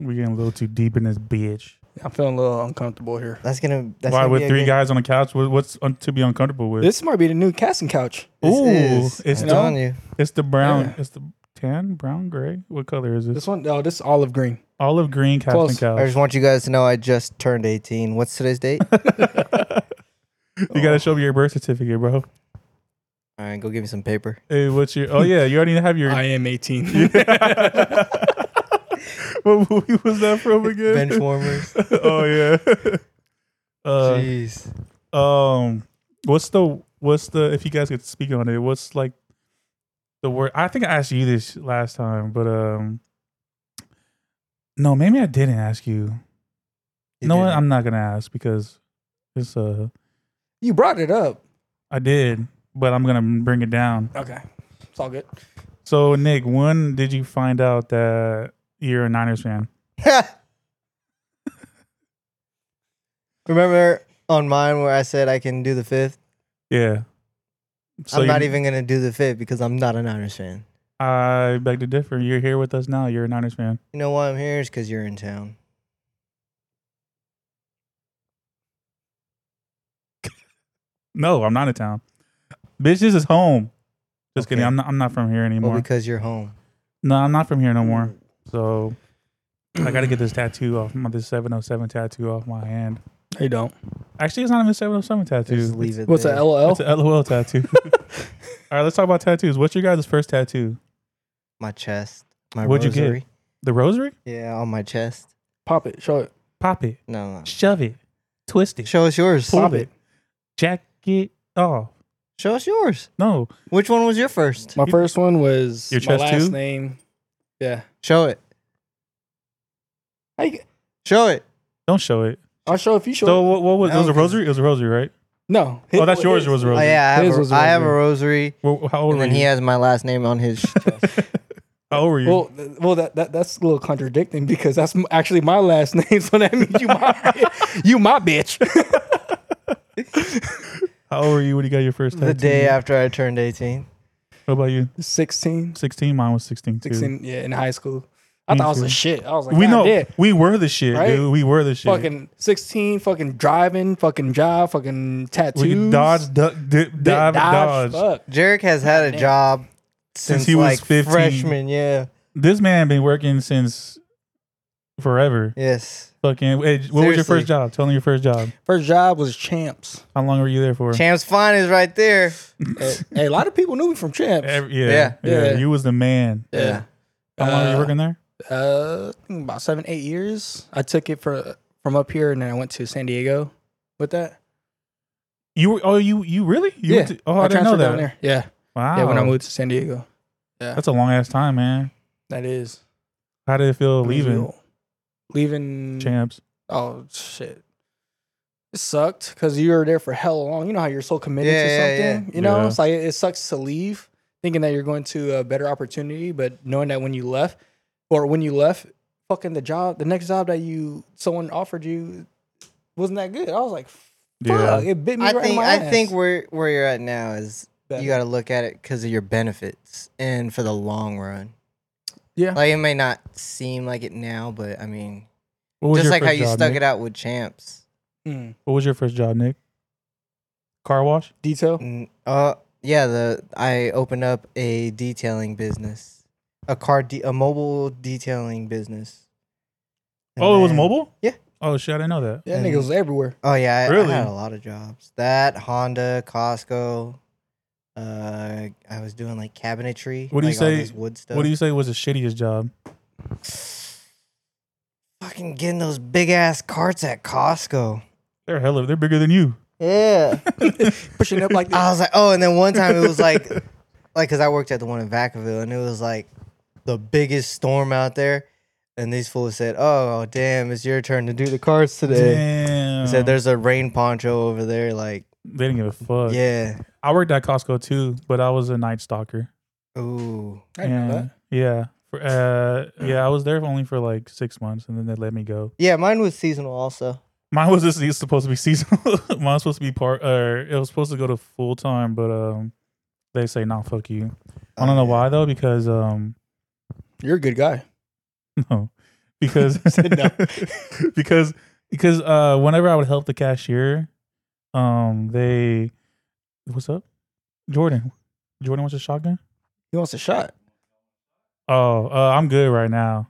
[SPEAKER 2] we're getting a little too deep in this bitch.
[SPEAKER 3] I'm feeling a little uncomfortable here.
[SPEAKER 4] That's gonna. That's
[SPEAKER 2] Why
[SPEAKER 4] gonna be
[SPEAKER 2] with
[SPEAKER 4] a
[SPEAKER 2] three
[SPEAKER 4] good-
[SPEAKER 2] guys on a couch? What- What's un- to be uncomfortable with?
[SPEAKER 3] This might be the new casting couch.
[SPEAKER 4] This
[SPEAKER 2] Ooh,
[SPEAKER 4] is-
[SPEAKER 2] it's
[SPEAKER 4] I'm
[SPEAKER 3] no-
[SPEAKER 4] telling you.
[SPEAKER 2] it's the brown.
[SPEAKER 3] Yeah.
[SPEAKER 2] It's the tan, brown, gray. What color is this?
[SPEAKER 3] This one, oh, this is olive green.
[SPEAKER 2] Olive green captain
[SPEAKER 3] Close.
[SPEAKER 4] I
[SPEAKER 2] couch.
[SPEAKER 4] just want you guys to know I just turned 18. What's today's date? All
[SPEAKER 2] You gotta show me your birth certificate, bro.
[SPEAKER 4] right, go give me some paper.
[SPEAKER 2] Hey, what's your? Oh yeah, you already have your.
[SPEAKER 3] I am 18.
[SPEAKER 2] what movie was that from again?
[SPEAKER 4] Bench warmers.
[SPEAKER 2] oh yeah. uh,
[SPEAKER 4] Jeez.
[SPEAKER 2] Um, what's the what's the if you guys could speak on it? What's like the word? I think I asked you this last time, but um, no, maybe I didn't ask you.
[SPEAKER 4] You
[SPEAKER 2] no, what?
[SPEAKER 4] didn't.
[SPEAKER 2] I'm not gonna ask because it's uh,
[SPEAKER 3] you brought it up.
[SPEAKER 2] I did, but I'm gonna bring it down.
[SPEAKER 3] Okay, it's all good.
[SPEAKER 2] So Nick, when did you find out that you're a Niners fan?
[SPEAKER 4] Remember on mine where I said I can do the fifth?
[SPEAKER 2] Yeah, So
[SPEAKER 4] I'm
[SPEAKER 2] you-
[SPEAKER 4] not even gonna do the fit because I'm not a Niners fan.
[SPEAKER 2] I beg to differ. You're here with us now. You're a Niners fan.
[SPEAKER 4] You know why I'm here is because you're in town.
[SPEAKER 2] No, I'm not in town. Bitch, this is home. Just kidding.
[SPEAKER 4] Okay.
[SPEAKER 2] I'm not. I'm not from here anymore.
[SPEAKER 4] Well, Mm. because you're home.
[SPEAKER 2] no, I'm not from here no more. So I got to get this tattoo off. My, this 707 tattoo off my hand.
[SPEAKER 3] You don't.
[SPEAKER 2] Actually, it's not even a 707 tattoo.
[SPEAKER 4] Just leave it.
[SPEAKER 3] What's
[SPEAKER 4] there.
[SPEAKER 3] that? LOL.
[SPEAKER 2] It's an LOL tattoo. All right, let's talk about tattoos. What's your guys' first tattoo?
[SPEAKER 4] My chest. My
[SPEAKER 2] What'd you get?
[SPEAKER 4] rosary.
[SPEAKER 2] The rosary?
[SPEAKER 4] Yeah, on my chest.
[SPEAKER 3] Pop it. Show it.
[SPEAKER 2] Pop it,
[SPEAKER 4] No, no.
[SPEAKER 2] shove it, twist it,
[SPEAKER 4] Show us yours.
[SPEAKER 2] pull
[SPEAKER 3] Pop
[SPEAKER 2] it,
[SPEAKER 3] it.
[SPEAKER 2] jack it off.
[SPEAKER 4] Show us yours.
[SPEAKER 2] No,
[SPEAKER 4] Which one was your first?
[SPEAKER 3] My first one was
[SPEAKER 2] Your
[SPEAKER 3] my
[SPEAKER 2] chest
[SPEAKER 3] last
[SPEAKER 2] too?
[SPEAKER 3] name. Yeah.
[SPEAKER 4] Show it.
[SPEAKER 3] How you-
[SPEAKER 4] Show it.
[SPEAKER 2] don't show it.
[SPEAKER 3] I'll show if you show.
[SPEAKER 2] So
[SPEAKER 3] it.
[SPEAKER 2] what, what was it? Was a
[SPEAKER 4] Okay.
[SPEAKER 2] rosary? It was a rosary, right?
[SPEAKER 3] No.
[SPEAKER 2] Oh, that's yours. It was a
[SPEAKER 4] Oh
[SPEAKER 2] rosary.
[SPEAKER 4] yeah, I
[SPEAKER 3] His
[SPEAKER 4] have,
[SPEAKER 3] was
[SPEAKER 4] a,
[SPEAKER 3] a
[SPEAKER 4] I have a rosary,
[SPEAKER 2] Well, how old
[SPEAKER 4] and
[SPEAKER 2] were
[SPEAKER 4] then he
[SPEAKER 2] you?
[SPEAKER 4] has my last name on his. chest.
[SPEAKER 2] How old were you?
[SPEAKER 3] Well, th- well, that, that that's a little contradicting because that's m- actually my last name, so that means you my you my bitch.
[SPEAKER 2] how old were you when you got your first tattoo?
[SPEAKER 4] the day after I turned 18.
[SPEAKER 2] What about you?
[SPEAKER 3] 16,
[SPEAKER 2] 16. Mine was 16 too.
[SPEAKER 3] 16, yeah, in high school. I
[SPEAKER 2] Me
[SPEAKER 3] thought I was
[SPEAKER 2] too.
[SPEAKER 3] the shit. I was like,
[SPEAKER 2] We know.
[SPEAKER 3] Yeah.
[SPEAKER 2] We were the shit,
[SPEAKER 3] Right?
[SPEAKER 2] dude. We were the shit.
[SPEAKER 3] Fucking sixteen, fucking driving, fucking job, fucking tattoos.
[SPEAKER 2] we could dodge, duck, dip,
[SPEAKER 3] Di-
[SPEAKER 2] dive, dodge.
[SPEAKER 3] fuck.
[SPEAKER 4] Jarek has had a
[SPEAKER 3] Goddamn.
[SPEAKER 4] job since,
[SPEAKER 2] he was
[SPEAKER 4] like
[SPEAKER 2] 15.
[SPEAKER 4] freshman. Yeah.
[SPEAKER 2] This man been working since forever.
[SPEAKER 4] Yes.
[SPEAKER 2] Fucking. Hey, what was your
[SPEAKER 4] Seriously.
[SPEAKER 2] first job? Tell me your first job.
[SPEAKER 3] First job was Champs.
[SPEAKER 2] How long were you there for?
[SPEAKER 4] Champs Fine is right there.
[SPEAKER 3] hey, hey, a lot of people knew me from Champs.
[SPEAKER 2] Every, yeah, yeah,
[SPEAKER 4] Yeah.
[SPEAKER 3] Yeah.
[SPEAKER 2] You was the man.
[SPEAKER 3] yeah.
[SPEAKER 2] How long were you
[SPEAKER 3] Uh,
[SPEAKER 2] working there?
[SPEAKER 3] Uh, I think about seven, eight years. I took it for from up here, and then I went to San Diego with that.
[SPEAKER 2] You were. Oh, you. You really? You
[SPEAKER 3] yeah,
[SPEAKER 2] went to- oh, I, didn't know
[SPEAKER 3] transferred
[SPEAKER 2] that.
[SPEAKER 3] Down there. Yeah,
[SPEAKER 2] Wow.
[SPEAKER 3] yeah. When I moved to San Diego,
[SPEAKER 2] That's a long ass time, man.
[SPEAKER 3] that is
[SPEAKER 2] How did it feel leaving
[SPEAKER 3] Leaving.
[SPEAKER 2] champs?
[SPEAKER 3] Oh shit. It sucked because you were there for hell long. You know how you're so committed
[SPEAKER 4] Yeah,
[SPEAKER 3] to
[SPEAKER 4] yeah,
[SPEAKER 3] something. You know,
[SPEAKER 2] Yeah.
[SPEAKER 3] it's like it sucks to leave, thinking that you're going to a better opportunity, but knowing that when you left, or when you left, fucking the job, the next job that you someone offered you wasn't that good. I was like, fuck,
[SPEAKER 2] Yeah.
[SPEAKER 3] it bit me
[SPEAKER 4] I
[SPEAKER 3] right in
[SPEAKER 4] think
[SPEAKER 3] my
[SPEAKER 4] I
[SPEAKER 3] ass.
[SPEAKER 4] think where where you're at now is
[SPEAKER 3] Better.
[SPEAKER 4] you got to look at it because of your benefits and for the long run.
[SPEAKER 3] Yeah.
[SPEAKER 4] Like it may not seem like it now, but I mean,
[SPEAKER 2] What was
[SPEAKER 4] just
[SPEAKER 2] your
[SPEAKER 4] like how
[SPEAKER 2] first
[SPEAKER 4] you
[SPEAKER 2] job,
[SPEAKER 4] stuck
[SPEAKER 2] Nick?
[SPEAKER 4] it out with champs.
[SPEAKER 3] Mm.
[SPEAKER 2] What was your first job, Nick? Car wash.
[SPEAKER 3] detail.
[SPEAKER 4] Mm, Uh, yeah. The I opened up a detailing business, a car, de- a mobile detailing business. And
[SPEAKER 2] oh, it was
[SPEAKER 4] then-
[SPEAKER 2] mobile.
[SPEAKER 4] Yeah.
[SPEAKER 2] Oh shit, I didn't know that.
[SPEAKER 3] Yeah,
[SPEAKER 4] And-
[SPEAKER 3] nigga was everywhere.
[SPEAKER 4] Oh yeah, I, I
[SPEAKER 2] Really?
[SPEAKER 4] had a lot of jobs. That Honda, Costco. Uh, I was doing like cabinetry.
[SPEAKER 2] What do you
[SPEAKER 4] like, all
[SPEAKER 2] say-
[SPEAKER 4] this Wood stuff.
[SPEAKER 2] What do you say was the shittiest job?
[SPEAKER 4] fucking getting those big ass carts at Costco?
[SPEAKER 2] They're hella. They're bigger than you.
[SPEAKER 4] Yeah.
[SPEAKER 3] Pushing up like
[SPEAKER 4] I
[SPEAKER 2] Ah.
[SPEAKER 3] this.
[SPEAKER 4] was like, oh, and then one time it was like, like, cause I worked at the one in Vacaville, and it was like the biggest storm out there, and these fools said, oh, damn, it's your turn to do the carts today.
[SPEAKER 2] Damn.
[SPEAKER 4] They Said there's a rain poncho over there, like,
[SPEAKER 2] They didn't give a fuck.
[SPEAKER 4] yeah,
[SPEAKER 2] I worked at Costco too, but I was a night stalker.
[SPEAKER 4] ooh,
[SPEAKER 3] I didn't know
[SPEAKER 2] And-
[SPEAKER 3] that.
[SPEAKER 2] Yeah. For, uh, yeah, I was there only for like six months, and then they let me go.
[SPEAKER 4] yeah, mine was seasonal also.
[SPEAKER 2] Mine was just it's supposed to be seasonal. Mine was supposed to be part, or it was supposed to go to full time, but um, they say nah, fuck you. I
[SPEAKER 3] Oh,
[SPEAKER 2] don't know why though, because um,
[SPEAKER 3] You're a good guy.
[SPEAKER 2] no, because
[SPEAKER 3] Said no.
[SPEAKER 2] because because uh, whenever I would help the cashier, um, they what's up, Jordan? Jordan wants a shotgun.
[SPEAKER 3] He wants a shot.
[SPEAKER 2] Oh, uh, I'm good right now.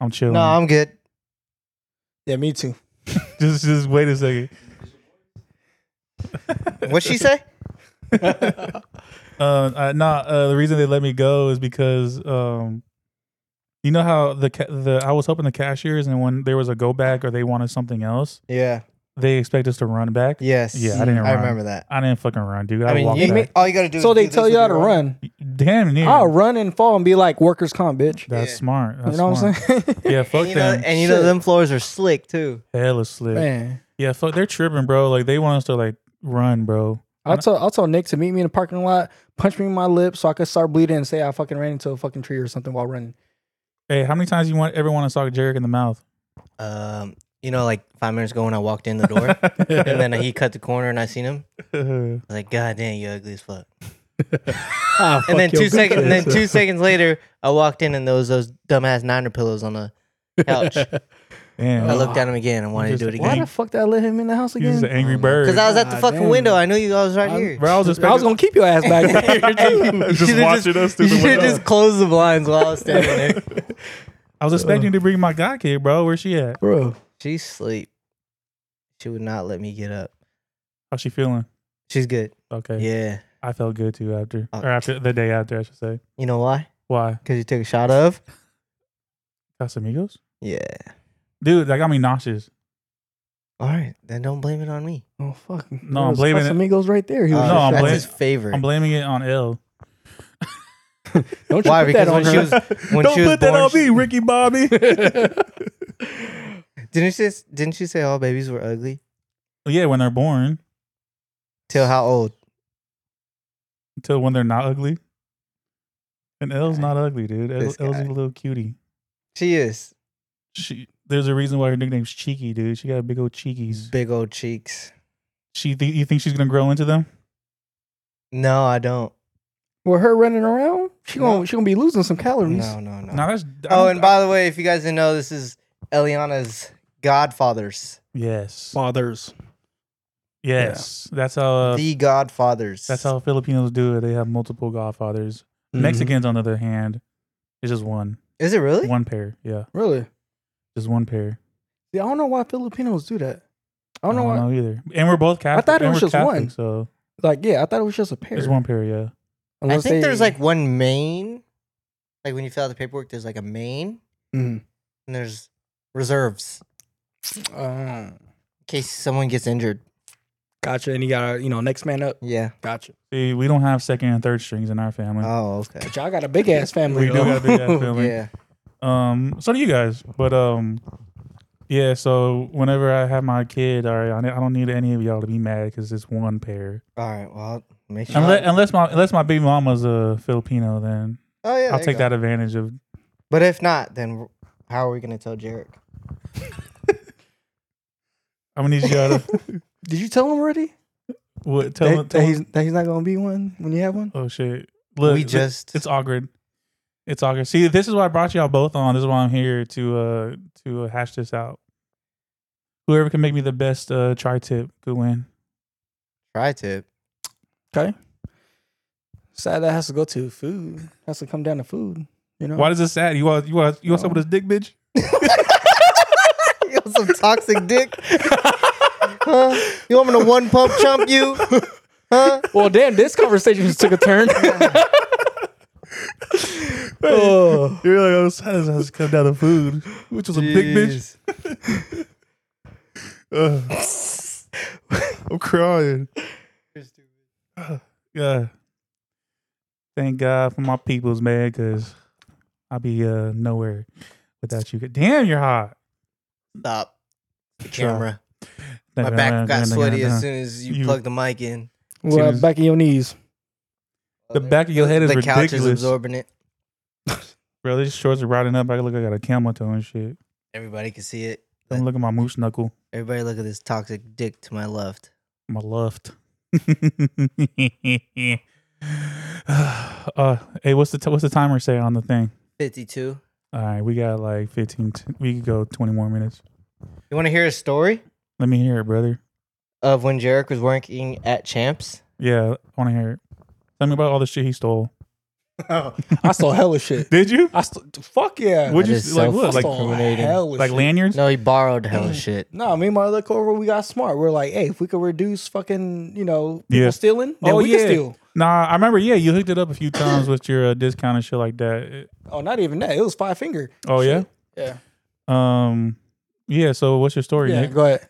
[SPEAKER 2] I'm chilling.
[SPEAKER 4] No, I'm good.
[SPEAKER 3] Yeah, me too.
[SPEAKER 2] just just wait a second.
[SPEAKER 4] What'd she say?
[SPEAKER 2] Uh, I, nah, uh, the reason they let me go is because um, you know how the ca- the I was helping the cashiers, and when there was a go back or they wanted something else,
[SPEAKER 4] Yeah.
[SPEAKER 2] they expect us to run back.
[SPEAKER 4] Yes.
[SPEAKER 2] Yeah, I didn't
[SPEAKER 4] I
[SPEAKER 2] run.
[SPEAKER 4] remember that.
[SPEAKER 2] I didn't fucking run, dude. I,
[SPEAKER 4] I mean,
[SPEAKER 2] walked
[SPEAKER 4] you,
[SPEAKER 2] back.
[SPEAKER 4] all you gotta do.
[SPEAKER 3] So
[SPEAKER 4] is
[SPEAKER 3] they
[SPEAKER 4] do
[SPEAKER 3] tell
[SPEAKER 4] this
[SPEAKER 3] you how
[SPEAKER 4] with
[SPEAKER 3] to
[SPEAKER 4] your arm.
[SPEAKER 3] run.
[SPEAKER 2] Damn near.
[SPEAKER 3] I'll run and fall and be like workers comp, bitch.
[SPEAKER 2] That's
[SPEAKER 4] Yeah.
[SPEAKER 2] smart. That's
[SPEAKER 3] Oh, you know
[SPEAKER 2] smart.
[SPEAKER 3] what I'm saying?
[SPEAKER 2] Yeah, fuck
[SPEAKER 4] And you know,
[SPEAKER 2] them.
[SPEAKER 4] and you know
[SPEAKER 3] Shit.
[SPEAKER 4] them floors are slick too.
[SPEAKER 2] Hella slick.
[SPEAKER 3] Man,
[SPEAKER 2] Yeah, fuck. They're tripping, bro. Like they want us to like run, bro.
[SPEAKER 3] I'll tell I'll tell Nick to meet me in the parking lot, punch me in my lip so I could start bleeding and say I fucking ran into a fucking tree or something while running.
[SPEAKER 2] Hey, how many times you want everyone to sock Jarek in the mouth?
[SPEAKER 4] Um, you know, like five minutes ago when I walked in the door, and then he cut the corner and I seen him. I
[SPEAKER 2] then
[SPEAKER 4] was like, God damn, you ugly as fuck.
[SPEAKER 3] Ah,
[SPEAKER 4] And then
[SPEAKER 3] fuck your
[SPEAKER 4] two seconds, and then
[SPEAKER 3] bitch.
[SPEAKER 4] two seconds later, I walked in and there was those dumbass niner pillows on the couch. I looked at him again and wanted to do it
[SPEAKER 2] Oh. Why
[SPEAKER 4] again
[SPEAKER 3] Why the fuck did I let him in the house
[SPEAKER 2] He's
[SPEAKER 3] again?
[SPEAKER 2] just an angry
[SPEAKER 4] Um,
[SPEAKER 2] bird.
[SPEAKER 4] because I was at the
[SPEAKER 3] God
[SPEAKER 4] fucking
[SPEAKER 3] damn.
[SPEAKER 4] window. I knew you. I was right here.
[SPEAKER 2] Bro, I was
[SPEAKER 3] I was
[SPEAKER 2] expecting.
[SPEAKER 3] gonna keep your ass back there too.
[SPEAKER 4] You
[SPEAKER 2] Just
[SPEAKER 4] should've
[SPEAKER 2] watching us through the
[SPEAKER 4] You should have
[SPEAKER 2] window.
[SPEAKER 4] just closed the blinds while I was standing there.
[SPEAKER 2] I was expecting to bring my god kid, bro. Where's she at?
[SPEAKER 3] Bro.
[SPEAKER 4] She sleep. She would not let me get up.
[SPEAKER 2] How's she feeling?
[SPEAKER 4] She's good.
[SPEAKER 2] Okay.
[SPEAKER 4] Yeah.
[SPEAKER 2] I felt good too after,
[SPEAKER 4] Oh.
[SPEAKER 2] or after the day after, I should say.
[SPEAKER 4] You know why?
[SPEAKER 2] Why?
[SPEAKER 4] Because you took a shot of.
[SPEAKER 2] Casamigos,
[SPEAKER 4] Yeah.
[SPEAKER 2] dude, that got me nauseous.
[SPEAKER 4] All right. Then don't blame it on me.
[SPEAKER 3] Oh fuck.
[SPEAKER 2] No, I'm blaming it-
[SPEAKER 3] Amigos right there. He was
[SPEAKER 4] Uh,
[SPEAKER 2] No, I'm
[SPEAKER 4] that's
[SPEAKER 2] blaming-
[SPEAKER 4] his favorite.
[SPEAKER 2] I'm blaming it on L.
[SPEAKER 3] Don't you
[SPEAKER 4] Why?
[SPEAKER 3] put that
[SPEAKER 4] Because
[SPEAKER 3] on
[SPEAKER 4] when she
[SPEAKER 3] her.
[SPEAKER 4] was when she was born, she-
[SPEAKER 2] Ricky Bobby.
[SPEAKER 4] didn't she s- didn't she say all babies were ugly?
[SPEAKER 2] yeah, when they're born,
[SPEAKER 4] Till how old?
[SPEAKER 2] until when they're not ugly. And L's not ugly, dude. L,
[SPEAKER 4] This
[SPEAKER 2] L's a
[SPEAKER 4] guy.
[SPEAKER 2] little cutie.
[SPEAKER 4] She is
[SPEAKER 2] She, there's a reason why her nickname's Cheeky, dude. She got big old cheekies.
[SPEAKER 4] big old cheeks.
[SPEAKER 2] She, th- you think she's gonna grow into them?
[SPEAKER 4] No, I don't.
[SPEAKER 3] With her running around, she
[SPEAKER 4] No.
[SPEAKER 3] gonna she gonna be losing some calories.
[SPEAKER 4] No, no, no.
[SPEAKER 2] No, that's. I
[SPEAKER 4] oh,
[SPEAKER 2] don't-
[SPEAKER 4] and by the way, if you guys didn't know, this is Eliana's Godfathers.
[SPEAKER 2] yes,
[SPEAKER 3] Fathers.
[SPEAKER 2] yes. That's how. Uh,
[SPEAKER 4] the Godfathers.
[SPEAKER 2] that's how Filipinos do it. They have multiple godfathers.
[SPEAKER 3] Mm-hmm.
[SPEAKER 2] Mexicans, on the other hand, it's just one,
[SPEAKER 4] Is it really?
[SPEAKER 2] one pair. Yeah,
[SPEAKER 4] Mm-hmm.
[SPEAKER 3] Really?
[SPEAKER 2] just one pair.
[SPEAKER 3] Yeah, I don't know why Filipinos do that. I don't know why.
[SPEAKER 2] either. And we're both Catholic.
[SPEAKER 3] thought it
[SPEAKER 2] and
[SPEAKER 3] was
[SPEAKER 2] we're
[SPEAKER 3] just
[SPEAKER 2] Catholic,
[SPEAKER 3] one.
[SPEAKER 2] So
[SPEAKER 3] Like, yeah, I thought it was just a pair.
[SPEAKER 2] it's one pair. Yeah.
[SPEAKER 4] I
[SPEAKER 3] Unless
[SPEAKER 4] think
[SPEAKER 3] they-
[SPEAKER 4] there's like one main. Like when you fill out the paperwork, there's like a main
[SPEAKER 3] Mhm.
[SPEAKER 4] and there's reserves
[SPEAKER 3] Um,
[SPEAKER 4] in case someone gets injured.
[SPEAKER 3] gotcha. And you got you know next man up.
[SPEAKER 4] Yeah.
[SPEAKER 3] Gotcha.
[SPEAKER 2] See, we don't have second and third strings in our family.
[SPEAKER 4] Oh, okay.
[SPEAKER 3] But y'all got a big ass family.
[SPEAKER 2] we do
[SPEAKER 3] though.
[SPEAKER 2] got a big ass family.
[SPEAKER 4] Yeah.
[SPEAKER 2] Um, so do you guys. But um, yeah. So whenever I have my kid, all right, I, ne- I don't need any of y'all to be mad because it's one pair.
[SPEAKER 4] All right. Well, make sure.
[SPEAKER 2] Unless, unless my unless my baby mama's a Filipino, then
[SPEAKER 4] oh yeah.
[SPEAKER 2] I'll
[SPEAKER 4] there you
[SPEAKER 2] take
[SPEAKER 4] go.
[SPEAKER 2] that advantage of.
[SPEAKER 4] But if not, then how are we gonna tell Jarek?
[SPEAKER 2] I'm gonna need y'all to
[SPEAKER 3] Did you tell him already?
[SPEAKER 2] what, tell,
[SPEAKER 3] that,
[SPEAKER 2] tell
[SPEAKER 3] that he's that he's not gonna be one when you have one.
[SPEAKER 2] Oh shit! Look,
[SPEAKER 4] we
[SPEAKER 2] look,
[SPEAKER 4] just.
[SPEAKER 2] It's awkward. It's awkward. See, this is why I brought y'all both on. This is why I'm here to uh to uh, hash this out. Whoever can make me the best uh tri tip could win.
[SPEAKER 4] Try to.
[SPEAKER 3] Sad that has to go to food. Has to come down to food. You know.
[SPEAKER 2] Why is this sad? You want you want you want some of this dick, bitch?
[SPEAKER 4] you want some toxic dick? huh? You want me to one pump chump you? Huh?
[SPEAKER 3] Well, damn, this conversation just took a turn. oh,
[SPEAKER 2] You're like, oh, sad as has come down to food, which was a big bitch.
[SPEAKER 4] Jeez.
[SPEAKER 2] Ugh. I'm crying. Yeah. Thank God for my peoples, man, because I'll be uh nowhere without you. Damn, you're hot.
[SPEAKER 4] Stop. The camera. My
[SPEAKER 2] Nah, nah,
[SPEAKER 4] back
[SPEAKER 2] nah,
[SPEAKER 4] got
[SPEAKER 2] nah,
[SPEAKER 4] sweaty
[SPEAKER 2] nah, nah.
[SPEAKER 4] as soon as you,
[SPEAKER 2] You-
[SPEAKER 4] plugged the mic in.
[SPEAKER 3] well, back of your knees.
[SPEAKER 2] The back of your head is
[SPEAKER 4] the couch is
[SPEAKER 2] ridiculous.
[SPEAKER 4] absorbing it.
[SPEAKER 2] Bro, these shorts are riding up. I look like I got a camel toe and shit.
[SPEAKER 4] Everybody can see it.
[SPEAKER 2] I'm looking at my moose knuckle,
[SPEAKER 4] Everybody look at this toxic dick to my left.
[SPEAKER 2] my left. uh, hey, what's the t- what's the timer say on the thing?
[SPEAKER 4] 52.
[SPEAKER 2] All right, we got like 15. T- we could go 20 more minutes.
[SPEAKER 4] You want to hear a story
[SPEAKER 2] Let me hear it, brother.
[SPEAKER 4] of when Jarek was working at Champs?
[SPEAKER 2] Yeah, I want to hear it. Tell me about all the shit he stole. Oh.
[SPEAKER 3] I saw hella shit.
[SPEAKER 2] Did you?
[SPEAKER 3] I st- fuck yeah.
[SPEAKER 2] What'd
[SPEAKER 4] That
[SPEAKER 2] you
[SPEAKER 4] is
[SPEAKER 2] s- like?
[SPEAKER 4] so
[SPEAKER 2] What? Like
[SPEAKER 3] I saw
[SPEAKER 4] incriminating.
[SPEAKER 3] hella
[SPEAKER 2] like
[SPEAKER 3] shit.
[SPEAKER 2] lanyards?
[SPEAKER 4] No, he borrowed hella shit.
[SPEAKER 3] No, me and my other coworker, we got smart. We're like, hey, if we could reduce fucking, you know, people
[SPEAKER 2] Yeah.
[SPEAKER 3] stealing, then
[SPEAKER 2] Oh,
[SPEAKER 3] we
[SPEAKER 2] yeah.
[SPEAKER 3] can steal.
[SPEAKER 2] Nah, I remember. Yeah, you hooked it up a few times with your uh, discount and shit like that. It-
[SPEAKER 3] Oh, not even that. It was five finger.
[SPEAKER 2] oh yeah.
[SPEAKER 3] Yeah.
[SPEAKER 2] Um. Yeah. So what's your story,
[SPEAKER 3] Yeah,
[SPEAKER 2] Nick?
[SPEAKER 3] go ahead.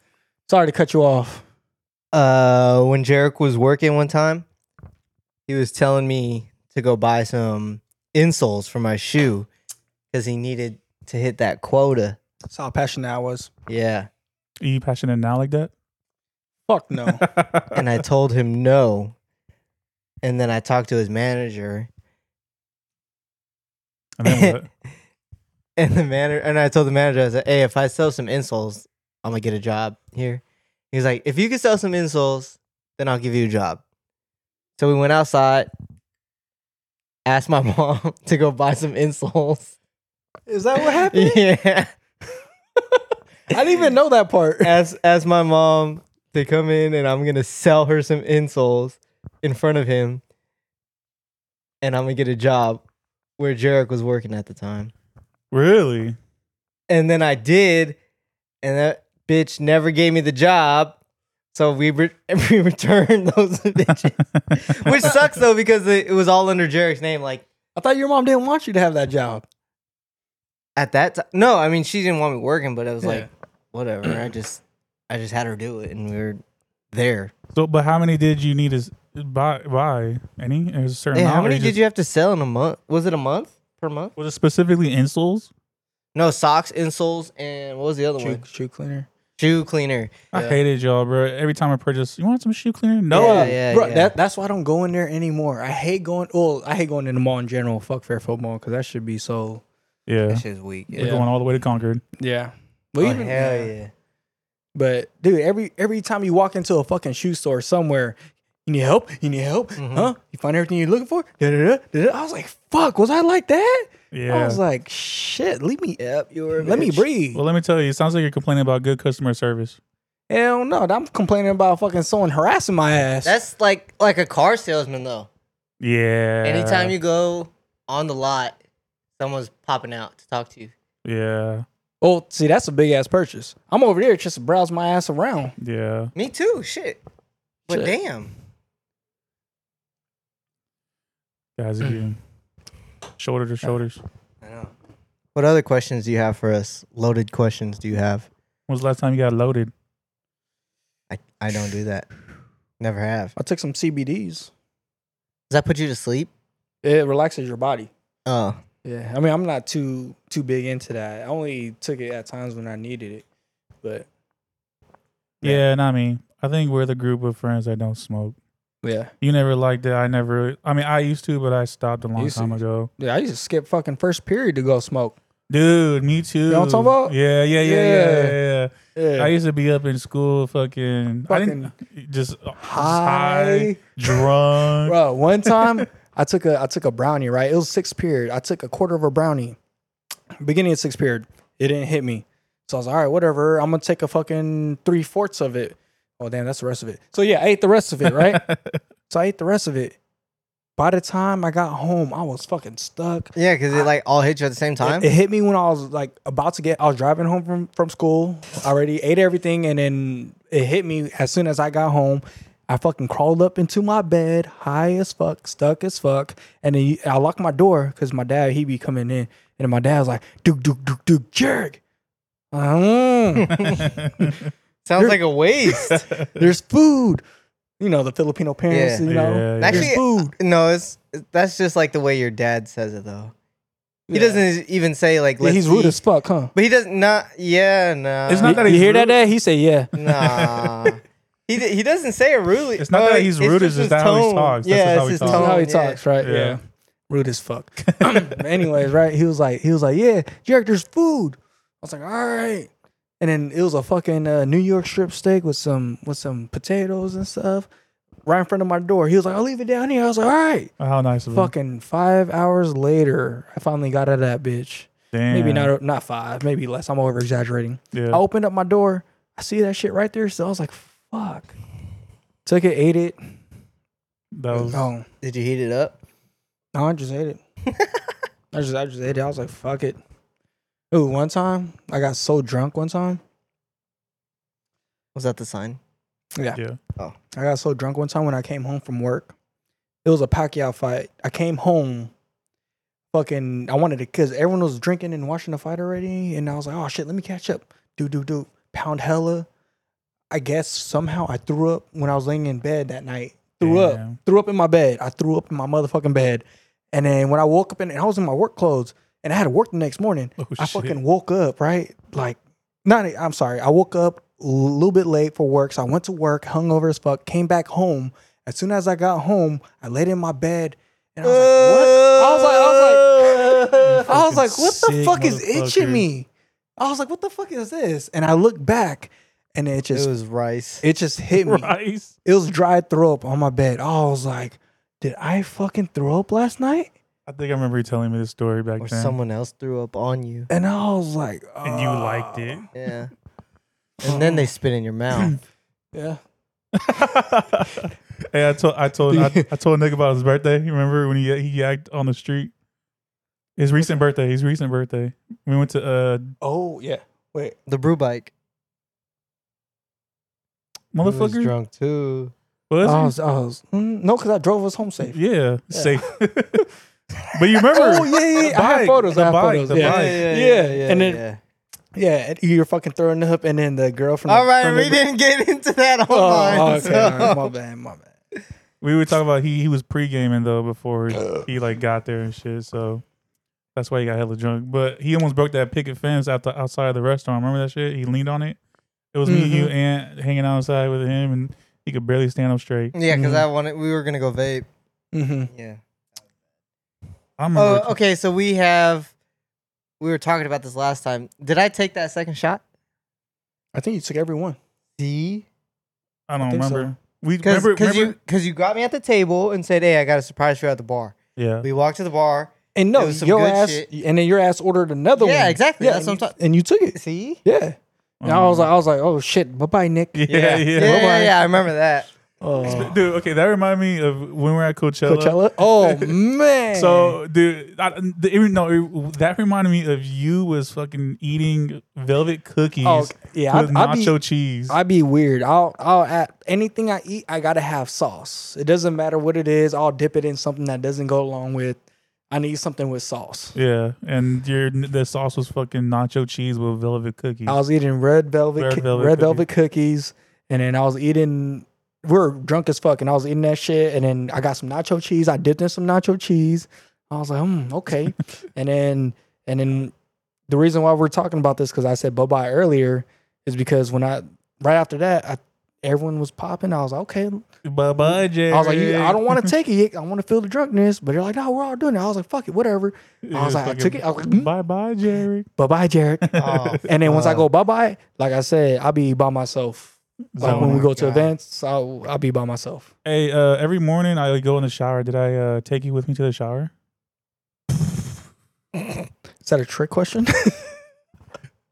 [SPEAKER 3] Sorry to cut you off.
[SPEAKER 4] Uh, when Jarek was working one time, he was telling me to go buy some insoles for my shoe because he needed to hit that quota.
[SPEAKER 3] That's how passionate I was.
[SPEAKER 4] Yeah.
[SPEAKER 2] Are you passionate now like that?
[SPEAKER 3] Fuck no.
[SPEAKER 4] and I told him no. And then I talked to his manager,
[SPEAKER 2] And then what?
[SPEAKER 4] and the manager and I told the manager, I said, "Hey, if I sell some insoles, I'm gonna get a job here. He was like, if you can sell some insoles, then I'll give you a job. So we went outside, asked my mom to go buy some insoles.
[SPEAKER 3] Is that what happened?
[SPEAKER 4] yeah.
[SPEAKER 3] I didn't even know that part.
[SPEAKER 4] asked asked my mom to come in and I'm gonna sell her some insoles in front of him and I'm gonna get a job where Jarek was working at the time.
[SPEAKER 2] Really?
[SPEAKER 4] And then I did, and that bitch never gave me the job. So we re- we returned those bitches, which sucks though because it it was all under Jarek's name. Like
[SPEAKER 3] I thought your mom didn't want you to have that job.
[SPEAKER 4] at that time, no, I mean she didn't want me working, but I was
[SPEAKER 3] Yeah.
[SPEAKER 4] like, whatever. I just I just had her do it, and we were there.
[SPEAKER 2] So, but how many did you need to s- buy? buy? Any? There's a certain
[SPEAKER 4] Yeah,
[SPEAKER 2] amount.
[SPEAKER 4] how many did you have to sell in a month? Was it a month per month?
[SPEAKER 2] Was it specifically insoles?
[SPEAKER 4] No, socks, insoles, and what was the other
[SPEAKER 3] Shoe,
[SPEAKER 4] one?
[SPEAKER 3] shoe cleaner.
[SPEAKER 4] Shoe cleaner.
[SPEAKER 2] I hated y'all, bro. Every time I purchased, you want some shoe cleaner? No.
[SPEAKER 4] Yeah, yeah,
[SPEAKER 3] Oh, bro,
[SPEAKER 4] yeah.
[SPEAKER 3] That, that's why I don't go in there anymore. I hate going. Well, I hate going in the mall in general. Fuck Fairfield Mall because that should be so.
[SPEAKER 2] Yeah.
[SPEAKER 4] That shit's weak.
[SPEAKER 2] We're
[SPEAKER 4] Yeah.
[SPEAKER 2] going all the way to Concord.
[SPEAKER 3] Yeah. But
[SPEAKER 4] Oh,
[SPEAKER 3] even,
[SPEAKER 4] hell yeah.
[SPEAKER 3] But dude, every every time you walk into a fucking shoe store somewhere, you need help. You need help.
[SPEAKER 4] Mm-hmm.
[SPEAKER 3] Huh? You find everything you're looking for. Da, da, da, da, da. I was like, fuck. Was I like that? I
[SPEAKER 2] Yeah.
[SPEAKER 3] was like, shit. Leave me.
[SPEAKER 4] Yep, you were. a
[SPEAKER 3] Let me
[SPEAKER 4] bitch.
[SPEAKER 3] breathe.
[SPEAKER 2] well, let me tell you, it sounds like you're complaining about good customer service.
[SPEAKER 3] Hell no. I'm complaining about fucking someone harassing my ass.
[SPEAKER 4] That's like like a car salesman though.
[SPEAKER 2] Yeah.
[SPEAKER 4] Anytime you go on the lot, someone's popping out to talk to you.
[SPEAKER 2] Yeah.
[SPEAKER 3] oh, see, that's a big ass purchase. I'm over there just to browse my ass around.
[SPEAKER 2] Yeah.
[SPEAKER 4] Me too. Shit. But
[SPEAKER 3] Shit.
[SPEAKER 4] damn.
[SPEAKER 2] Guys, if
[SPEAKER 4] Mm.
[SPEAKER 2] you shoulder to shoulders.
[SPEAKER 4] I know. What other questions do you have for us? Loaded questions do you have?
[SPEAKER 2] When was the last time you got loaded?
[SPEAKER 4] I, I don't do that. Never have.
[SPEAKER 3] I took some CBDs.
[SPEAKER 4] Does that put you to sleep?
[SPEAKER 3] It relaxes your body.
[SPEAKER 4] Oh.
[SPEAKER 3] Yeah, I mean, I'm not too too big into that. I only took it at times when I needed it, but
[SPEAKER 2] Yeah,
[SPEAKER 3] Yeah.
[SPEAKER 2] not me. I think we're the group of friends that don't smoke.
[SPEAKER 3] yeah,
[SPEAKER 2] You never liked it. I never. I mean, I used to, but I stopped a long
[SPEAKER 3] Used to.
[SPEAKER 2] time ago.
[SPEAKER 3] yeah. I used to skip fucking first period to go smoke.
[SPEAKER 2] Dude, me too.
[SPEAKER 3] know what I'm talking about?
[SPEAKER 2] Yeah, yeah, yeah, yeah,
[SPEAKER 3] Yeah.
[SPEAKER 2] yeah. yeah.
[SPEAKER 3] Yeah,
[SPEAKER 2] I used to be up in school, fucking, I
[SPEAKER 3] Fucking
[SPEAKER 2] didn't just high,
[SPEAKER 3] high.
[SPEAKER 2] drunk.
[SPEAKER 3] bro. One time I took a I took a brownie. Right, it was sixth period. I took a quarter of a brownie. Beginning of sixth period, it didn't hit me, so I was like, all right, whatever. I'm gonna take a fucking three fourths of it. Oh damn, that's the rest of it. So yeah, I ate the rest of it. Right, so I ate the rest of it. By the time I got home, I was fucking stuck.
[SPEAKER 4] Yeah, because it like all hit you at the same time.
[SPEAKER 3] It, it hit me when I was like about to get. I was driving home from from school. I already ate everything, and then it hit me as soon as I got home. I fucking crawled up into my bed, high as fuck, stuck as fuck, and then I locked my door because my dad he be coming in, and then my dad was like, "Duke, Duke, Duke, Duke, jerk." Mm,
[SPEAKER 4] Sounds like a waste.
[SPEAKER 3] there's food, you know the Filipino parents,
[SPEAKER 4] Yeah.
[SPEAKER 3] you know.
[SPEAKER 2] Yeah, yeah.
[SPEAKER 3] There's
[SPEAKER 4] Actually,
[SPEAKER 3] food.
[SPEAKER 4] No, it's that's just like the way your dad says it though. He
[SPEAKER 3] Yeah.
[SPEAKER 4] doesn't even say like
[SPEAKER 3] Yeah,
[SPEAKER 4] let's
[SPEAKER 3] he's rude
[SPEAKER 4] eat.
[SPEAKER 3] as fuck, huh?
[SPEAKER 4] But he does not. Yeah, no.
[SPEAKER 2] It's not
[SPEAKER 3] you
[SPEAKER 2] that he's
[SPEAKER 3] you hear that?
[SPEAKER 2] rude.
[SPEAKER 3] Dad? He said, "Yeah."
[SPEAKER 4] Nah. he d- he doesn't say it rudely.
[SPEAKER 2] It's not
[SPEAKER 4] but
[SPEAKER 2] that he's rude, it's just
[SPEAKER 4] his
[SPEAKER 2] that how he
[SPEAKER 4] tone.
[SPEAKER 2] talks. That's
[SPEAKER 4] Yeah,
[SPEAKER 2] just how he
[SPEAKER 4] it's his
[SPEAKER 2] talks.
[SPEAKER 3] That's
[SPEAKER 4] tone.
[SPEAKER 3] how he
[SPEAKER 4] yeah.
[SPEAKER 3] talks, right?
[SPEAKER 2] Yeah.
[SPEAKER 3] Yeah. Rude as fuck. Anyways, right? He was like, he was like, yeah, Jarek, there's food. I was like, all right. And then it was a fucking uh, New York strip steak with some with some potatoes and stuff right in front of my door. He was like, I'll leave it down here. I was like, all right.
[SPEAKER 2] How nice of him.
[SPEAKER 3] Fucking five hours later, I finally got out of that bitch.
[SPEAKER 2] Damn.
[SPEAKER 3] Maybe not not five, maybe less. I'm over exaggerating.
[SPEAKER 2] Yeah.
[SPEAKER 3] I opened up my door. I see that shit right there. So I was like, fuck. Took it, ate it.
[SPEAKER 2] that was,
[SPEAKER 3] Oh.
[SPEAKER 4] Did you heat it up?
[SPEAKER 3] No, I just ate it. I just I just ate it. I was like, fuck it. Ooh, one time I got so drunk one time.
[SPEAKER 4] Was that the sign?
[SPEAKER 2] yeah.
[SPEAKER 3] I got so drunk one time when I came home from work. It was a Pacquiao fight. I came home fucking I wanted to cause everyone was drinking and watching the fight already. And I was like, oh shit, let me catch up. Do do do. Pound hella. I guess somehow I threw up when I was laying in bed that night. Threw
[SPEAKER 2] Damn.
[SPEAKER 3] up. Threw up in my bed. I threw up in my motherfucking bed. And then when I woke up in, and I was in my work clothes and I had to work the next morning.
[SPEAKER 2] Oh,
[SPEAKER 3] I
[SPEAKER 2] shit.
[SPEAKER 3] fucking woke up, right? Like, not, e, I'm sorry. I woke up a little bit late for work. So I went to work, hungover as fuck, came back home. As soon as I got home, I laid in my bed and I was like, what? I was like, I was like, I was like, what the
[SPEAKER 2] Sick
[SPEAKER 3] fuck is itching
[SPEAKER 2] motherfucker.
[SPEAKER 3] me? I was like, what the fuck is this? And I look back and it
[SPEAKER 4] It
[SPEAKER 3] just it,
[SPEAKER 4] was rice.
[SPEAKER 3] just hit me.
[SPEAKER 2] Rice.
[SPEAKER 3] It was dry throw up on my bed. I was like, did I fucking throw up last night?
[SPEAKER 2] I think I remember you telling me this story back
[SPEAKER 4] Or
[SPEAKER 2] then.
[SPEAKER 4] someone else threw up on you.
[SPEAKER 3] And I was like,
[SPEAKER 2] and you
[SPEAKER 3] "Oh."
[SPEAKER 2] liked it.
[SPEAKER 4] Yeah. And then they spit in your mouth.
[SPEAKER 3] Yeah.
[SPEAKER 2] hey, I told I told I, I told Nick about his birthday. You remember when he he yacked on the street? His recent birthday. His recent birthday. We went to uh
[SPEAKER 3] Oh yeah. Wait.
[SPEAKER 4] The brew bike. He was
[SPEAKER 2] motherfucker.
[SPEAKER 4] drunk too.
[SPEAKER 2] Was he?
[SPEAKER 3] I was, I was, mm, no, because I drove us home safe.
[SPEAKER 2] Yeah,
[SPEAKER 3] Oh, Yeah.
[SPEAKER 2] safe. but you remember?
[SPEAKER 3] Oh yeah, yeah.
[SPEAKER 2] The
[SPEAKER 3] I have
[SPEAKER 2] bike,
[SPEAKER 3] photos.
[SPEAKER 2] the
[SPEAKER 3] I have
[SPEAKER 2] bike,
[SPEAKER 3] photos.
[SPEAKER 2] the
[SPEAKER 3] yeah.
[SPEAKER 2] bike.
[SPEAKER 3] Yeah, and then- yeah, and you're fucking throwing the hoop, and then the girl from the,
[SPEAKER 4] All right,
[SPEAKER 3] from
[SPEAKER 4] we
[SPEAKER 3] the-
[SPEAKER 4] didn't get into that
[SPEAKER 3] Oh,
[SPEAKER 4] online.
[SPEAKER 3] okay,
[SPEAKER 4] so-
[SPEAKER 3] all right, my bad, my bad.
[SPEAKER 2] We were talking about he he was pre gaming though before he like got there and shit. So that's why he got hella drunk. But he almost broke that picket fence out the outside of the restaurant. Remember that shit? He leaned on it. It was me,
[SPEAKER 3] Mm-hmm.
[SPEAKER 2] you, and hanging outside with him, and he could barely stand up straight.
[SPEAKER 4] Yeah, because
[SPEAKER 3] Mhm.
[SPEAKER 4] I wanted. We were gonna go vape.
[SPEAKER 3] Mm-hmm.
[SPEAKER 4] Yeah.
[SPEAKER 2] I
[SPEAKER 3] Uh,
[SPEAKER 2] remember.
[SPEAKER 4] Oh, okay. So we have. We were talking about this last time. Did I take that second shot?
[SPEAKER 3] I think you took every one.
[SPEAKER 4] D.
[SPEAKER 2] I don't
[SPEAKER 3] think so.
[SPEAKER 2] remember. We
[SPEAKER 4] Because
[SPEAKER 2] remember, remember
[SPEAKER 4] you because you got me at the table and said, "Hey, I got a surprise for you at the bar."
[SPEAKER 2] yeah.
[SPEAKER 4] We walked to the bar.
[SPEAKER 3] And
[SPEAKER 4] It
[SPEAKER 3] no,
[SPEAKER 4] was some
[SPEAKER 3] your
[SPEAKER 4] good
[SPEAKER 3] ass,
[SPEAKER 4] shit.
[SPEAKER 3] and then your ass ordered another
[SPEAKER 4] Yeah,
[SPEAKER 3] one.
[SPEAKER 4] exactly, that's
[SPEAKER 3] and
[SPEAKER 4] what I'm
[SPEAKER 3] you- And you took it.
[SPEAKER 4] See?
[SPEAKER 3] Yeah. And I was like, I was like, oh shit, bye bye, Nick.
[SPEAKER 2] yeah,
[SPEAKER 4] Yeah,
[SPEAKER 2] yeah,
[SPEAKER 4] yeah, yeah.
[SPEAKER 3] Bye-bye.
[SPEAKER 4] yeah, I remember that.
[SPEAKER 3] Oh,
[SPEAKER 2] Dude, okay, that reminded me of when we were at
[SPEAKER 3] Coachella. Oh man.
[SPEAKER 2] So, dude, I, the, it- no, it- that reminded me of you was fucking eating velvet cookies
[SPEAKER 3] Oh, okay. Yeah, I-
[SPEAKER 2] with
[SPEAKER 3] I be-
[SPEAKER 2] nacho cheese.
[SPEAKER 3] I be weird. I'll I'll add anything I eat. I gotta have sauce. It doesn't matter what it is. I'll dip it in something that doesn't go along with. I need something with sauce.
[SPEAKER 2] yeah, and your the sauce was fucking nacho cheese with velvet cookies.
[SPEAKER 3] I was eating red velvet
[SPEAKER 2] Red
[SPEAKER 3] red,
[SPEAKER 2] velvet
[SPEAKER 3] red velvet cookies, and then I was eating. We were drunk as fuck, and I was eating that shit. And then I got some nacho cheese. I dipped in some nacho cheese. I was like, hmm, okay. and then and then the reason why we're talking about this because I said bye bye earlier is because when I right after that, I, everyone was popping. I was like, okay.
[SPEAKER 2] bye bye, Jay.
[SPEAKER 3] I was like, you- I don't want to take it. I want to feel the drunkenness. But they're like, no, we're all doing it. I was like, fuck it, whatever. I was like, I took it. I was like, mm,
[SPEAKER 2] bye bye, Jerry.
[SPEAKER 3] bye bye, Jared.
[SPEAKER 4] Oh,
[SPEAKER 3] And then once I
[SPEAKER 4] fuck.
[SPEAKER 3] go bye bye, like I said, I'll be by myself. Like
[SPEAKER 2] Zone
[SPEAKER 3] when we
[SPEAKER 4] my
[SPEAKER 2] out.
[SPEAKER 3] go to
[SPEAKER 4] God.
[SPEAKER 3] events, I'll I'll be by myself.
[SPEAKER 2] hey, uh, every morning I go in the shower. Did I uh, take you with me to the shower?
[SPEAKER 3] Is that a trick question?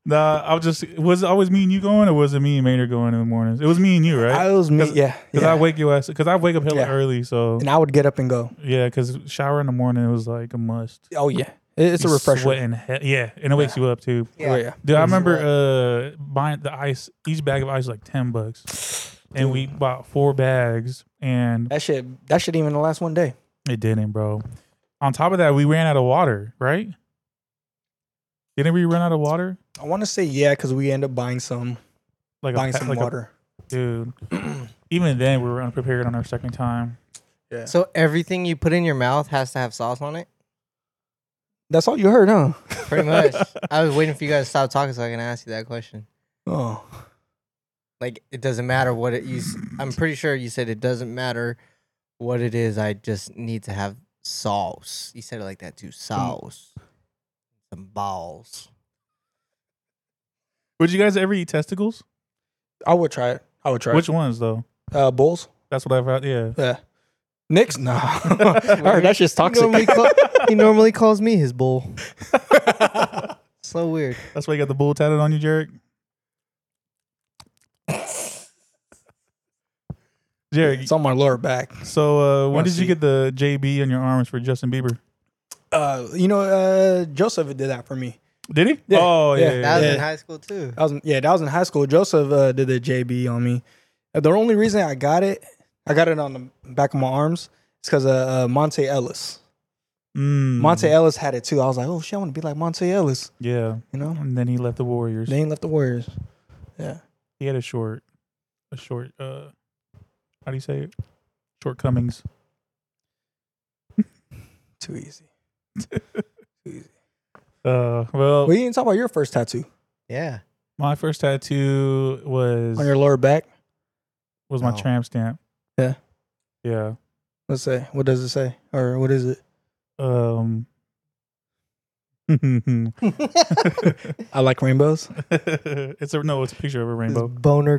[SPEAKER 2] Nah, I was just was it always me and you going, or was it me and Maynard going in the mornings? It was me and you, right?
[SPEAKER 3] I was me, yeah.
[SPEAKER 2] Because
[SPEAKER 3] yeah.
[SPEAKER 2] I wake your ass because I wake up hella
[SPEAKER 3] Yeah.
[SPEAKER 2] early, so
[SPEAKER 3] and I would get up and go.
[SPEAKER 2] yeah. Because shower in the morning was like a must.
[SPEAKER 3] Oh yeah, It- it's a
[SPEAKER 2] You
[SPEAKER 3] refresher.
[SPEAKER 2] sweating he- yeah, and it wakes you up too.
[SPEAKER 3] Yeah. yeah.
[SPEAKER 2] Dude, I
[SPEAKER 4] Makes you
[SPEAKER 2] remember uh, buying the ice. Each bag of ice was like ten bucks, and we bought four bags, and
[SPEAKER 3] that shit that shit even the last one day.
[SPEAKER 2] it didn't, bro. On top of that, we ran out of water, right? Didn't we run out of water?
[SPEAKER 3] I want to say yeah because we end up buying some
[SPEAKER 2] Like
[SPEAKER 3] buying
[SPEAKER 2] pa-
[SPEAKER 3] some
[SPEAKER 2] like
[SPEAKER 3] water.
[SPEAKER 2] dude. Even then, we were unprepared on our second time.
[SPEAKER 3] yeah, so
[SPEAKER 4] So everything you put in your mouth has to have sauce on it.
[SPEAKER 3] that's all you heard, huh?
[SPEAKER 4] Pretty much. I was waiting for you guys to stop talking so I can ask you that question.
[SPEAKER 3] Oh,
[SPEAKER 4] Like it doesn't matter what it you. s- I'm pretty sure you said it doesn't matter what it is. I just need to have sauce. You said it like that too. Sauce. Some balls.
[SPEAKER 2] Would you guys ever eat testicles?
[SPEAKER 3] I would try it. I would try
[SPEAKER 2] Which
[SPEAKER 3] it.
[SPEAKER 2] ones though?
[SPEAKER 3] Uh, bulls.
[SPEAKER 2] That's what I've had. Yeah.
[SPEAKER 3] Yeah, Nick's no. I heard that shit's toxic.
[SPEAKER 4] Normally call- he normally calls me his bull. so weird.
[SPEAKER 2] That's why you got the bull tatted on you, Jarek. Jarek,
[SPEAKER 3] It's on my lower back.
[SPEAKER 2] so uh, when
[SPEAKER 4] Wanna
[SPEAKER 2] did you
[SPEAKER 4] see?
[SPEAKER 2] get the JB on your arms for Justin Bieber?
[SPEAKER 3] Uh, you know, uh, Joseph did that for me.
[SPEAKER 2] Did he?
[SPEAKER 3] Yeah,
[SPEAKER 2] oh yeah.
[SPEAKER 3] yeah,
[SPEAKER 2] yeah,
[SPEAKER 4] That was
[SPEAKER 2] yeah. Oh.
[SPEAKER 4] in high school too.
[SPEAKER 3] That was yeah, that was in high school. Joseph uh, did the JB on me. Uh, The only reason I got it, I got it on the back of my arms, is because uh, uh, Monte Ellis.
[SPEAKER 2] Mm,
[SPEAKER 3] Monte Ellis had it too. I was like, oh shit, I want to be like Monte Ellis.
[SPEAKER 2] Yeah.
[SPEAKER 3] You know,
[SPEAKER 2] And then he left the Warriors.
[SPEAKER 3] they ain't left the Warriors. Yeah,
[SPEAKER 2] He had a short, a short. uh How do you say it? Shortcomings.
[SPEAKER 3] too easy.
[SPEAKER 2] Uh, well,
[SPEAKER 3] Well, you didn't talk about your first tattoo
[SPEAKER 4] Yeah.
[SPEAKER 2] my first tattoo was
[SPEAKER 3] on your lower back.
[SPEAKER 2] was my
[SPEAKER 4] Oh.
[SPEAKER 2] tramp stamp.
[SPEAKER 3] Yeah.
[SPEAKER 2] Yeah.
[SPEAKER 3] Let's say, what does it say, or what is it?
[SPEAKER 2] Um.
[SPEAKER 3] I like rainbows.
[SPEAKER 2] it's a no. It's a picture of a rainbow.
[SPEAKER 4] Boner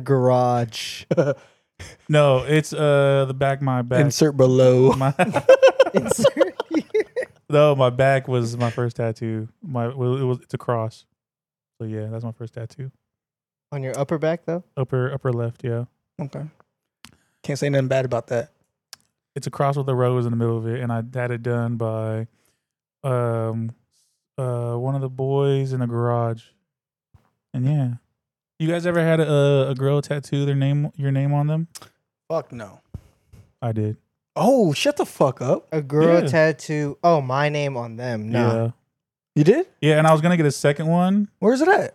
[SPEAKER 4] Garage.
[SPEAKER 2] No, it's uh the back. My back.
[SPEAKER 3] Insert below.
[SPEAKER 2] my
[SPEAKER 4] Insert here.
[SPEAKER 2] no, my back was my first tattoo. My well, it was it's a cross. So yeah, that's my first tattoo.
[SPEAKER 4] On your upper back, though?
[SPEAKER 2] Upper upper left. Yeah,
[SPEAKER 3] Okay. Can't say nothing bad about that.
[SPEAKER 2] it's a cross with a rose in the middle of it, and I had it done by um uh one of the boys in the garage. And yeah, you guys ever had a a girl tattoo their name your name on them?
[SPEAKER 3] Fuck no.
[SPEAKER 2] I did.
[SPEAKER 3] Oh, shut the fuck up.
[SPEAKER 4] A girl
[SPEAKER 2] Yeah.
[SPEAKER 4] tattoo. Oh, my name on them. No.
[SPEAKER 2] Yeah.
[SPEAKER 3] You did?
[SPEAKER 2] Yeah, and I was gonna get a second one.
[SPEAKER 3] Where's it at?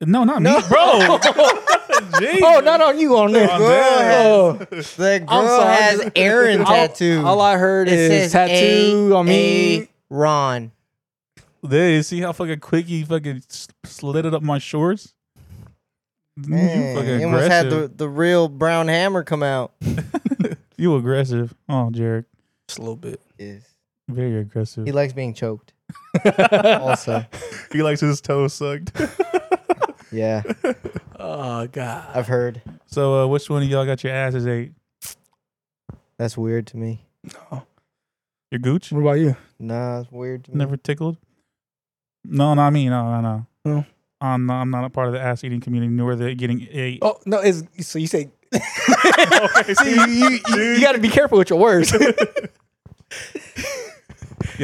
[SPEAKER 2] No, not me, bro. Jeez.
[SPEAKER 3] Oh, not on you, on there.
[SPEAKER 2] On
[SPEAKER 4] Girl
[SPEAKER 2] them.
[SPEAKER 3] Oh.
[SPEAKER 4] The girl
[SPEAKER 3] I'm sorry.
[SPEAKER 4] has Aaron
[SPEAKER 3] All-
[SPEAKER 4] tattoo.
[SPEAKER 3] All, I heard
[SPEAKER 4] It
[SPEAKER 3] is
[SPEAKER 4] says
[SPEAKER 3] tattoo
[SPEAKER 4] A-
[SPEAKER 3] on me.
[SPEAKER 4] A- Ron.
[SPEAKER 2] There, you see how fucking quick he fucking s- slid it up my shorts. Mm, you
[SPEAKER 4] Man,
[SPEAKER 2] fucking
[SPEAKER 4] you almost had
[SPEAKER 2] aggressive.
[SPEAKER 4] the, the real brown hammer come out.
[SPEAKER 2] you aggressive. Oh, Jarek,
[SPEAKER 3] Just a little bit.
[SPEAKER 2] very aggressive.
[SPEAKER 4] He
[SPEAKER 2] He,
[SPEAKER 4] likes being choked. also,
[SPEAKER 2] likes his toes sucked.
[SPEAKER 4] yeah,
[SPEAKER 3] Oh god.
[SPEAKER 4] I've heard.
[SPEAKER 2] so, uh, which one of y'all got your asses ate?
[SPEAKER 4] That's weird to me.
[SPEAKER 2] Your gooch?
[SPEAKER 3] What about you?
[SPEAKER 4] Nah, it's weird to me.
[SPEAKER 2] Never tickled? No, not me. No, no, no.
[SPEAKER 3] No.
[SPEAKER 2] I'm not, I'm not a part of the ass eating community, nor the getting ate.
[SPEAKER 3] Oh no, it's so you say
[SPEAKER 2] See, you,
[SPEAKER 3] you gotta be careful with your words.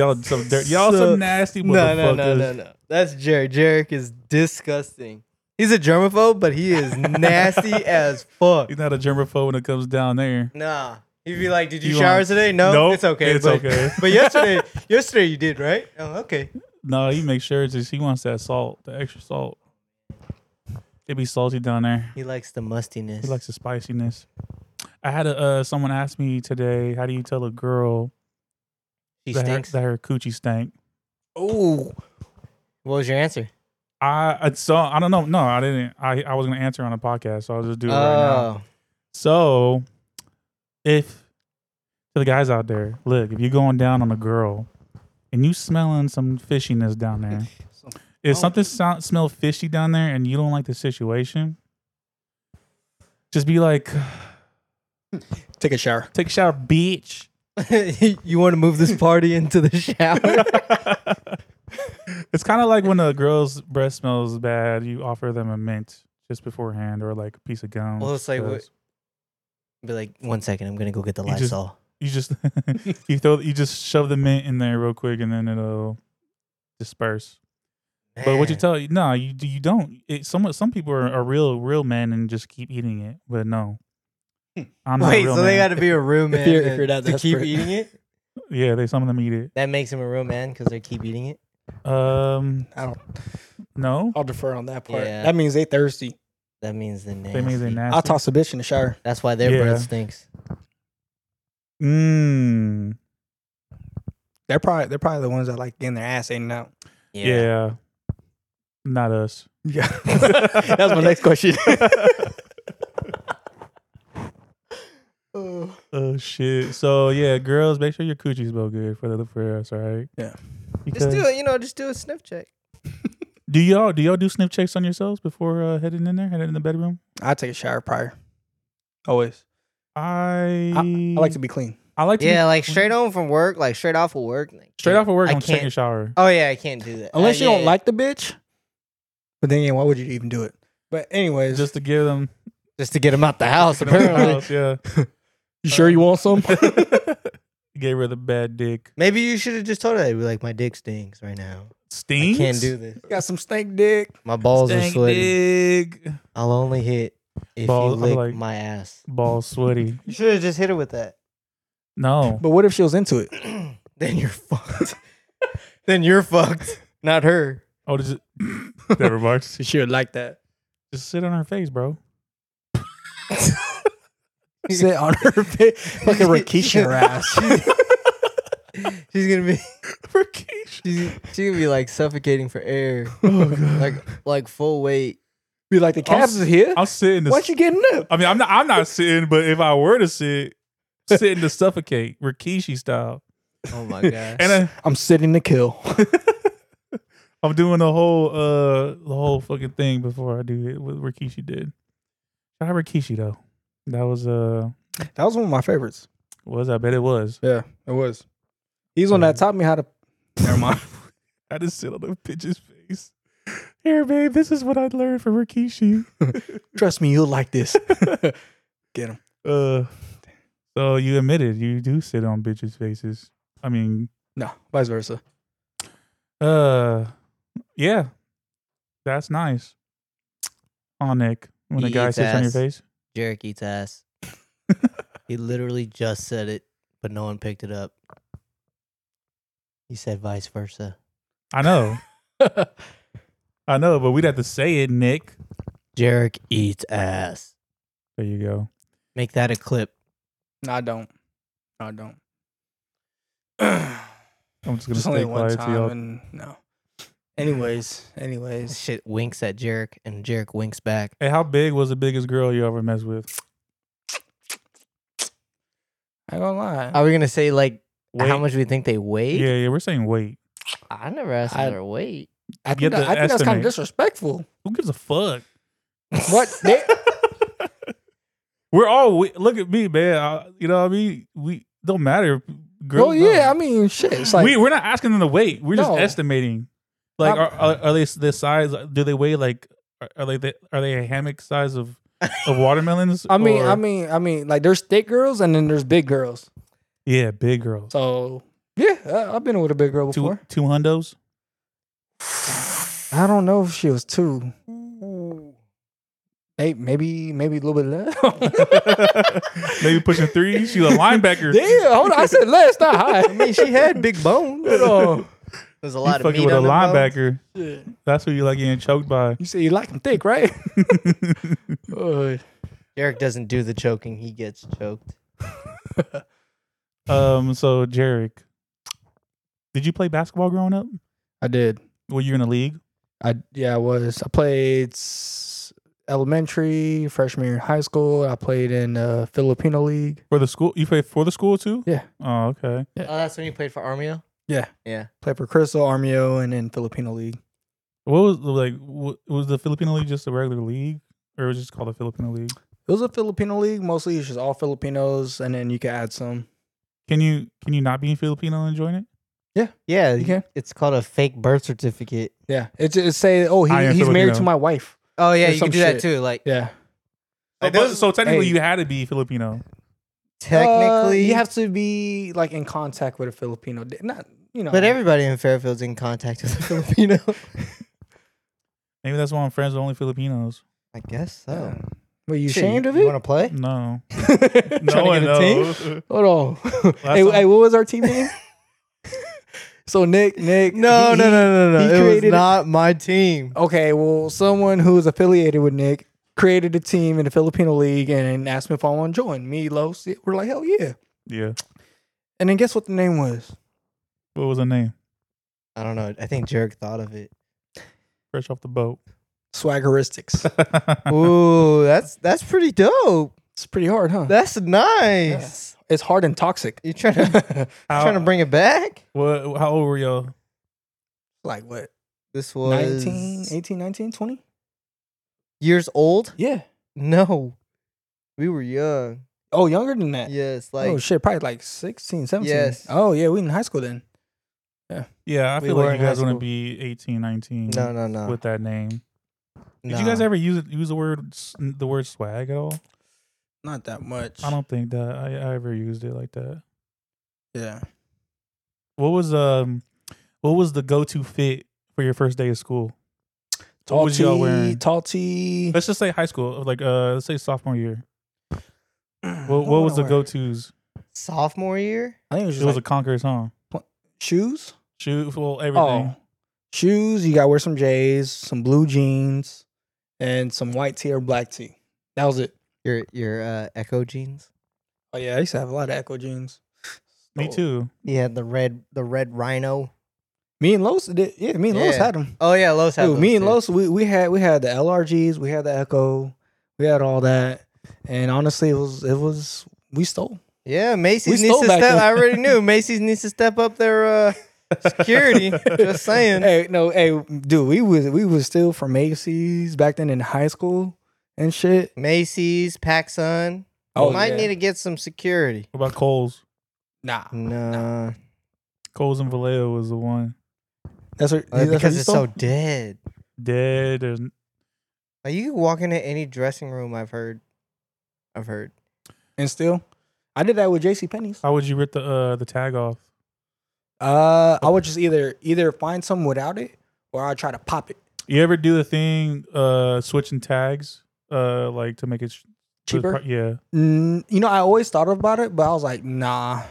[SPEAKER 2] all some dirt. Y'all
[SPEAKER 4] So-
[SPEAKER 2] some nasty
[SPEAKER 4] No,
[SPEAKER 2] motherfuckers.
[SPEAKER 4] no, no, no, no. That's Jarek. Jarek is disgusting. He's a germaphobe, but he is nasty as fuck.
[SPEAKER 2] He's not a germaphobe when it comes down there.
[SPEAKER 4] Nah. He'd be like, "Did you,
[SPEAKER 2] You
[SPEAKER 4] shower
[SPEAKER 2] want-
[SPEAKER 4] today? No,
[SPEAKER 2] Nope,
[SPEAKER 4] it's okay.
[SPEAKER 2] it's
[SPEAKER 4] but,
[SPEAKER 2] okay.
[SPEAKER 4] But yesterday, yesterday you did, right? Oh, okay.
[SPEAKER 2] No, he makes sure it's just, he wants that salt, the extra salt. It be salty down there.
[SPEAKER 4] He likes the mustiness.
[SPEAKER 2] He likes the spiciness. I had a uh, someone ask me today, how do you tell a girl
[SPEAKER 4] she
[SPEAKER 2] that her,
[SPEAKER 4] stinks.
[SPEAKER 2] that her coochie stank?
[SPEAKER 3] oh,
[SPEAKER 4] What was your answer?
[SPEAKER 2] I, I so I don't know. No, I didn't. I, I was gonna answer on a podcast, so I'll just do it right now.
[SPEAKER 4] Oh,
[SPEAKER 2] So, if to the guys out there, look, if you're going down on a girl and you smelling some fishiness down there,
[SPEAKER 4] Oh.
[SPEAKER 2] if something sound, smell fishy down there and you don't like the situation, just be like,
[SPEAKER 3] take a shower.
[SPEAKER 2] take a shower, bitch.
[SPEAKER 4] Oh. you want to move this party into the shower?
[SPEAKER 2] It's kind of like when a girl's breath smells bad, you offer them a mint just beforehand or like a piece of gum.
[SPEAKER 4] Well, it's like what-
[SPEAKER 2] because
[SPEAKER 4] be like, one second, I'm gonna go get the
[SPEAKER 2] You just-
[SPEAKER 4] Lysol.
[SPEAKER 2] you just you throw you just shove the mint in there real quick and then it'll disperse. But what you
[SPEAKER 4] Man.
[SPEAKER 2] tell you no, you you don't. It, some some people are, are real real men and just keep eating it, but no. I'm not a
[SPEAKER 4] Wait,
[SPEAKER 2] real
[SPEAKER 4] so they
[SPEAKER 2] man.
[SPEAKER 4] got to be a real man
[SPEAKER 3] you're- if
[SPEAKER 4] to-
[SPEAKER 3] you're that
[SPEAKER 4] to keep
[SPEAKER 3] desperate.
[SPEAKER 4] eating it.
[SPEAKER 2] yeah, they some of them eat it.
[SPEAKER 4] That makes him a real man because they keep eating it.
[SPEAKER 2] Um,
[SPEAKER 3] I don't
[SPEAKER 2] no,
[SPEAKER 3] I'll defer on that part.
[SPEAKER 4] Yeah.
[SPEAKER 3] That means they thirsty.
[SPEAKER 4] That means the nasty.
[SPEAKER 2] they mean they nasty.
[SPEAKER 3] I'll toss a bitch in the shower.
[SPEAKER 4] That's why their
[SPEAKER 2] Yeah.
[SPEAKER 4] breath stinks.
[SPEAKER 2] Mm,
[SPEAKER 3] They're probably they're probably the ones that like getting their ass eaten out.
[SPEAKER 2] yeah. not us.
[SPEAKER 3] Yeah. That's my next question.
[SPEAKER 2] Oh shit! So yeah, girls, make sure your coochie smell good for the for us, all right?
[SPEAKER 3] Yeah.
[SPEAKER 2] Because,
[SPEAKER 4] Just do it. You know, just do a sniff check.
[SPEAKER 2] do y'all do y'all do sniff checks on yourselves before uh, heading in there, heading in the bedroom?
[SPEAKER 3] I take a shower prior. Always.
[SPEAKER 2] I
[SPEAKER 3] I, I like to be clean.
[SPEAKER 2] I like to
[SPEAKER 4] Yeah, like straight home from work, like straight off of work. Like,
[SPEAKER 2] straight off of work.
[SPEAKER 4] I
[SPEAKER 2] I'm taking a
[SPEAKER 4] can't-
[SPEAKER 2] shower.
[SPEAKER 4] Oh yeah, I can't do that
[SPEAKER 3] Unless
[SPEAKER 4] Uh,
[SPEAKER 3] you
[SPEAKER 4] yeah,
[SPEAKER 3] don't
[SPEAKER 4] yeah.
[SPEAKER 3] like the bitch. But then yeah, why would you even do it? But anyways,
[SPEAKER 2] just to give them
[SPEAKER 4] just to get him out Oh, the house. Apparently,
[SPEAKER 2] house, yeah.
[SPEAKER 3] you sure you want some?
[SPEAKER 2] Gave her the bad dick.
[SPEAKER 4] maybe you should have just told her. Be like, my dick stinks right now.
[SPEAKER 2] Stinks.
[SPEAKER 4] I can't do this.
[SPEAKER 3] Got some snake dick.
[SPEAKER 4] My balls are
[SPEAKER 2] Stink
[SPEAKER 4] sweaty.
[SPEAKER 2] dick.
[SPEAKER 4] I'll only hit if
[SPEAKER 2] Balls-
[SPEAKER 4] you
[SPEAKER 2] I'm
[SPEAKER 4] lick
[SPEAKER 2] like-
[SPEAKER 4] my ass.
[SPEAKER 2] Ball sweaty.
[SPEAKER 4] You should have just hit her with that.
[SPEAKER 2] No.
[SPEAKER 3] But what if she was into it?
[SPEAKER 4] then you're fucked. then you're fucked. Not her.
[SPEAKER 2] Oh, does it? Never mind.
[SPEAKER 3] She would like that.
[SPEAKER 2] Just sit on her face, bro.
[SPEAKER 3] Sit on her face. Fucking Rakisha her ass.
[SPEAKER 4] She's gonna be
[SPEAKER 2] Vacation.
[SPEAKER 4] she's, she's gonna be like suffocating for air.
[SPEAKER 3] Oh,
[SPEAKER 4] like like full weight.
[SPEAKER 3] Be like, the calves is here.
[SPEAKER 2] I'll sit in the.
[SPEAKER 3] Why you getting up?
[SPEAKER 2] I mean, I'm not. I'm not sitting, but if I were to sit, sitting to suffocate, Rikishi style.
[SPEAKER 4] Oh my god.
[SPEAKER 2] And I,
[SPEAKER 3] I'm sitting to kill.
[SPEAKER 2] I'm doing the whole uh the whole fucking thing before I do it. What Rikishi did. Shout out Rikishi though. That was uh
[SPEAKER 3] That was one of my favorites.
[SPEAKER 2] was I bet it was.
[SPEAKER 3] Yeah, it was. He's the one that taught me how to. Never mind.
[SPEAKER 2] I just sit on the bitch's face. Here, babe, this is what I learned from Rikishi.
[SPEAKER 3] Trust me, you'll like this. Get him.
[SPEAKER 2] Uh, so you admitted you do sit on bitches' faces. I mean,
[SPEAKER 3] No, vice versa.
[SPEAKER 2] uh, yeah, that's nice. On Nick, when a
[SPEAKER 4] He
[SPEAKER 2] guy
[SPEAKER 4] eats
[SPEAKER 2] sits on your
[SPEAKER 4] ass.
[SPEAKER 2] face,
[SPEAKER 4] Jarek eats ass. he literally just said it, but no one picked it up. He said vice versa.
[SPEAKER 2] I know, I know, but we'd have to say it, Nick.
[SPEAKER 4] Jarek eats ass.
[SPEAKER 2] There you go.
[SPEAKER 4] Make that a clip.
[SPEAKER 3] no, I don't. No, I don't.
[SPEAKER 2] I'm just gonna
[SPEAKER 3] Just
[SPEAKER 2] stay
[SPEAKER 3] only one
[SPEAKER 2] quiet to
[SPEAKER 3] time,
[SPEAKER 2] y'all.
[SPEAKER 3] and no. Anyways, anyways,
[SPEAKER 4] Shit winks at Jarek, and Jarek winks back.
[SPEAKER 2] Hey, how big was the biggest girl you ever messed with?
[SPEAKER 3] I ain't gonna lie.
[SPEAKER 4] Are we gonna say like how
[SPEAKER 2] Weight?
[SPEAKER 4] much we think they weigh?
[SPEAKER 2] Yeah, yeah, we're saying weight.
[SPEAKER 4] I never asked
[SPEAKER 3] I-
[SPEAKER 4] their weight.
[SPEAKER 3] I
[SPEAKER 2] You
[SPEAKER 3] think,
[SPEAKER 2] have
[SPEAKER 3] that,
[SPEAKER 2] to
[SPEAKER 3] I think that's kind
[SPEAKER 2] estimate.
[SPEAKER 3] of disrespectful.
[SPEAKER 2] Who gives a fuck?
[SPEAKER 3] What? They,
[SPEAKER 2] We're all we, look at me, man. I, you know what I mean? We don't matter. Girls,
[SPEAKER 3] well, yeah.
[SPEAKER 2] don't.
[SPEAKER 3] I mean, shit. It's like
[SPEAKER 2] we we're not asking them to weight. We're just
[SPEAKER 3] No.
[SPEAKER 2] estimating. Like,
[SPEAKER 3] I'm-
[SPEAKER 2] are, are, are they this size? Do they weigh like? Are, are they the, are they a hammock size of of watermelons?
[SPEAKER 3] I mean,
[SPEAKER 2] Or-
[SPEAKER 3] I mean, I mean, like there's thick girls and then there's big girls.
[SPEAKER 2] yeah, big girls.
[SPEAKER 3] So yeah, I, I've been with a big girl
[SPEAKER 2] Two
[SPEAKER 3] before.
[SPEAKER 2] two hundos.
[SPEAKER 3] I don't know if she was two. Hey, maybe, maybe a little bit less.
[SPEAKER 2] Maybe pushing three. She's a linebacker.
[SPEAKER 3] Damn, hold on. I said less, not high.
[SPEAKER 4] I mean, she had big bones.
[SPEAKER 3] Hold on.
[SPEAKER 4] There's a
[SPEAKER 2] You
[SPEAKER 4] lot of
[SPEAKER 2] fucking
[SPEAKER 4] meat
[SPEAKER 2] with a
[SPEAKER 4] on them bones.
[SPEAKER 2] linebacker.
[SPEAKER 3] Shit.
[SPEAKER 2] That's who you like getting choked by.
[SPEAKER 3] You say you like them thick, right? Uh,
[SPEAKER 4] Jarek doesn't do the choking; he gets choked.
[SPEAKER 2] um. So, Jarek, did you play basketball growing up?
[SPEAKER 3] I did.
[SPEAKER 2] Were you in a league?
[SPEAKER 3] I yeah, I was. I played s- elementary, freshman year in high school. I played in uh, Filipino league.
[SPEAKER 2] For the school, you play for the school too.
[SPEAKER 3] Yeah.
[SPEAKER 2] Oh, okay.
[SPEAKER 4] Oh, that's when you played for Armio.
[SPEAKER 3] Yeah.
[SPEAKER 4] Yeah.
[SPEAKER 3] Played for Crystal, Armio, and then Filipino league.
[SPEAKER 2] What was like? wa- Was the Filipino league just a regular league, or was it just called the Filipino league?
[SPEAKER 3] It was a Filipino league. Mostly it's just all Filipinos, and then you can add some.
[SPEAKER 2] Can you can you not be Filipino and join it?
[SPEAKER 4] Yeah,
[SPEAKER 3] You can.
[SPEAKER 4] it's called a fake birth certificate.
[SPEAKER 3] Yeah, it's it say, oh,
[SPEAKER 2] I
[SPEAKER 3] he,
[SPEAKER 2] am
[SPEAKER 3] he's married
[SPEAKER 2] Filipino.
[SPEAKER 3] to my wife.
[SPEAKER 4] Oh yeah,
[SPEAKER 3] Or
[SPEAKER 4] you
[SPEAKER 3] some
[SPEAKER 4] can do that
[SPEAKER 3] shit.
[SPEAKER 4] too. Like
[SPEAKER 3] Yeah,
[SPEAKER 2] So, but-
[SPEAKER 4] Like, those-
[SPEAKER 2] Oh, so technically,
[SPEAKER 3] hey.
[SPEAKER 2] you had to be Filipino.
[SPEAKER 3] Uh,
[SPEAKER 4] technically,
[SPEAKER 3] you have to be like in contact with a Filipino. Not you know,
[SPEAKER 4] But everybody in Fairfield's in contact with a Filipino.
[SPEAKER 2] Maybe that's why I'm friends with only Filipinos.
[SPEAKER 4] I guess so.
[SPEAKER 3] Yeah. Were you
[SPEAKER 4] Shit,
[SPEAKER 3] ashamed of
[SPEAKER 4] You
[SPEAKER 3] it?
[SPEAKER 4] want to play?
[SPEAKER 2] No,
[SPEAKER 3] Trying
[SPEAKER 2] no
[SPEAKER 3] to
[SPEAKER 2] one
[SPEAKER 3] get a team?
[SPEAKER 2] knows.
[SPEAKER 3] Hold on.
[SPEAKER 2] Last
[SPEAKER 3] hey,
[SPEAKER 2] time-
[SPEAKER 3] hey, what was our team name? so Nick, Nick.
[SPEAKER 4] No,
[SPEAKER 3] he-
[SPEAKER 4] no,
[SPEAKER 3] he-
[SPEAKER 4] no, no,
[SPEAKER 3] he
[SPEAKER 4] no. It was
[SPEAKER 3] created-
[SPEAKER 4] not my team.
[SPEAKER 3] Okay, well, someone who was affiliated with Nick created a team in the Filipino League and asked me if I want to join. Me, Los, we're like, hell yeah.
[SPEAKER 2] Yeah.
[SPEAKER 3] And then guess what the name was?
[SPEAKER 2] What was the name?
[SPEAKER 4] I don't know. I think Jarek thought of it.
[SPEAKER 2] Fresh off the boat.
[SPEAKER 3] Swaggeristics.
[SPEAKER 4] Ooh, that's that's pretty dope.
[SPEAKER 3] it's pretty hard, huh?
[SPEAKER 4] That's nice.
[SPEAKER 3] it's hard and toxic.
[SPEAKER 4] You trying to
[SPEAKER 2] how,
[SPEAKER 4] trying to bring it back?
[SPEAKER 2] what, how old were y'all?
[SPEAKER 3] like what?
[SPEAKER 4] This
[SPEAKER 3] 19,
[SPEAKER 4] was
[SPEAKER 3] 18, 19, 20?
[SPEAKER 4] years old.
[SPEAKER 3] Yeah.
[SPEAKER 4] No, we were young.
[SPEAKER 3] Oh, younger than that.
[SPEAKER 4] Yes, like
[SPEAKER 3] oh, shit. Probably like 16, 17.
[SPEAKER 4] Yes.
[SPEAKER 3] Oh, yeah. We in high school then.
[SPEAKER 2] Yeah, I
[SPEAKER 4] We
[SPEAKER 2] feel
[SPEAKER 4] were
[SPEAKER 2] like
[SPEAKER 4] in
[SPEAKER 2] you guys
[SPEAKER 4] high
[SPEAKER 2] want to
[SPEAKER 4] school.
[SPEAKER 2] be 18, 19
[SPEAKER 4] no, no, no.
[SPEAKER 2] with that name. Did
[SPEAKER 4] no.
[SPEAKER 2] you guys ever use use the word s- the word swag at all?
[SPEAKER 3] Not that much.
[SPEAKER 2] I don't think that I, I ever used it like that.
[SPEAKER 3] yeah.
[SPEAKER 2] What was um what was the go to fit for your first day of school?
[SPEAKER 3] Tall
[SPEAKER 2] What was y'all
[SPEAKER 3] tee,
[SPEAKER 2] wearing?
[SPEAKER 3] Tall tee.
[SPEAKER 2] Let's just say high school, like uh let's say sophomore year.
[SPEAKER 4] Mm.
[SPEAKER 2] What what was the go tos?
[SPEAKER 4] sophomore year?
[SPEAKER 3] I think it was
[SPEAKER 2] It
[SPEAKER 3] just
[SPEAKER 2] was a
[SPEAKER 3] like
[SPEAKER 2] Conquerors, huh?
[SPEAKER 3] shoes.
[SPEAKER 2] Shoe well everything.
[SPEAKER 3] Oh, shoes. You gotta wear some J's, some blue jeans, and some white tee or black tee. That was it.
[SPEAKER 4] Your your uh, Echo jeans.
[SPEAKER 3] Oh yeah, I used to have a lot of Echo jeans.
[SPEAKER 4] oh.
[SPEAKER 2] Me too.
[SPEAKER 4] He had the red the red rhino.
[SPEAKER 3] Me and Los did. Yeah, me and Los
[SPEAKER 4] Yeah.
[SPEAKER 3] had them.
[SPEAKER 4] Oh yeah, Los had
[SPEAKER 3] Dude,
[SPEAKER 4] those
[SPEAKER 3] me and
[SPEAKER 4] too.
[SPEAKER 3] Los, we, we had we had the LRGs, we had the Echo, we had all that, and honestly, it was it was we stole.
[SPEAKER 4] Yeah, Macy's
[SPEAKER 3] We
[SPEAKER 4] needs
[SPEAKER 3] stole
[SPEAKER 4] to
[SPEAKER 3] back
[SPEAKER 4] step.
[SPEAKER 3] then.
[SPEAKER 4] I already knew Macy's needs to step up their uh, Security. just saying.
[SPEAKER 3] hey, no, hey, dude, we was we was still from Macy's back then in high school and shit.
[SPEAKER 4] Macy's, PacSun.
[SPEAKER 3] Oh,
[SPEAKER 4] might
[SPEAKER 3] yeah.
[SPEAKER 4] need to get some security.
[SPEAKER 2] What about Coles?
[SPEAKER 3] Nah,
[SPEAKER 4] Nah, uh,
[SPEAKER 2] Coles and Vallejo was the one.
[SPEAKER 3] that's what
[SPEAKER 4] Uh,
[SPEAKER 3] that's what
[SPEAKER 4] because
[SPEAKER 3] you
[SPEAKER 4] it's
[SPEAKER 3] stole?
[SPEAKER 4] so dead.
[SPEAKER 2] Dead. And
[SPEAKER 4] Like you can walk into any dressing room. I've heard. I've heard.
[SPEAKER 3] and still. I did that with J.C. Penney's.
[SPEAKER 2] how would you rip the uh, the tag off?
[SPEAKER 3] Uh, I would just either either find something without it, or I would try to pop it
[SPEAKER 2] You ever do the thing uh, switching tags, uh, like to make it sh- to the
[SPEAKER 3] cheaper.
[SPEAKER 2] pri- yeah.
[SPEAKER 3] Mm, you know, I always thought about it, but I was like, nah.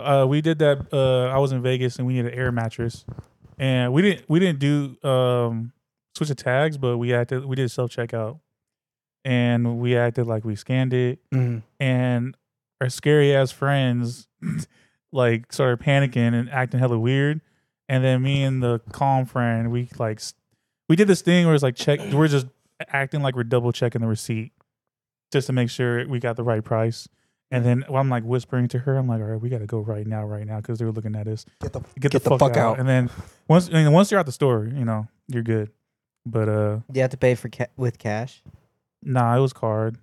[SPEAKER 2] uh, we did that. Uh, I was in Vegas and we needed an air mattress, and we didn't we didn't do um, switch of tags, but we acted we did self checkout, and we acted like we scanned it,
[SPEAKER 3] Mm-hmm.
[SPEAKER 2] and our scary ass friends like started panicking and acting hella weird, and then me and the calm friend we like s- we did this thing where it's like check we're just acting like we're double checking the receipt just to make sure we got the right price. And then well, I'm like whispering to her, I'm like, all right, we got to go right now, right now, because they were looking at us.
[SPEAKER 3] Get the
[SPEAKER 2] Get, the, fuck, out. And then once, and once you're out the store, you know, you're good. But uh,
[SPEAKER 4] You have to pay for ca- with cash.
[SPEAKER 2] nah, it was card.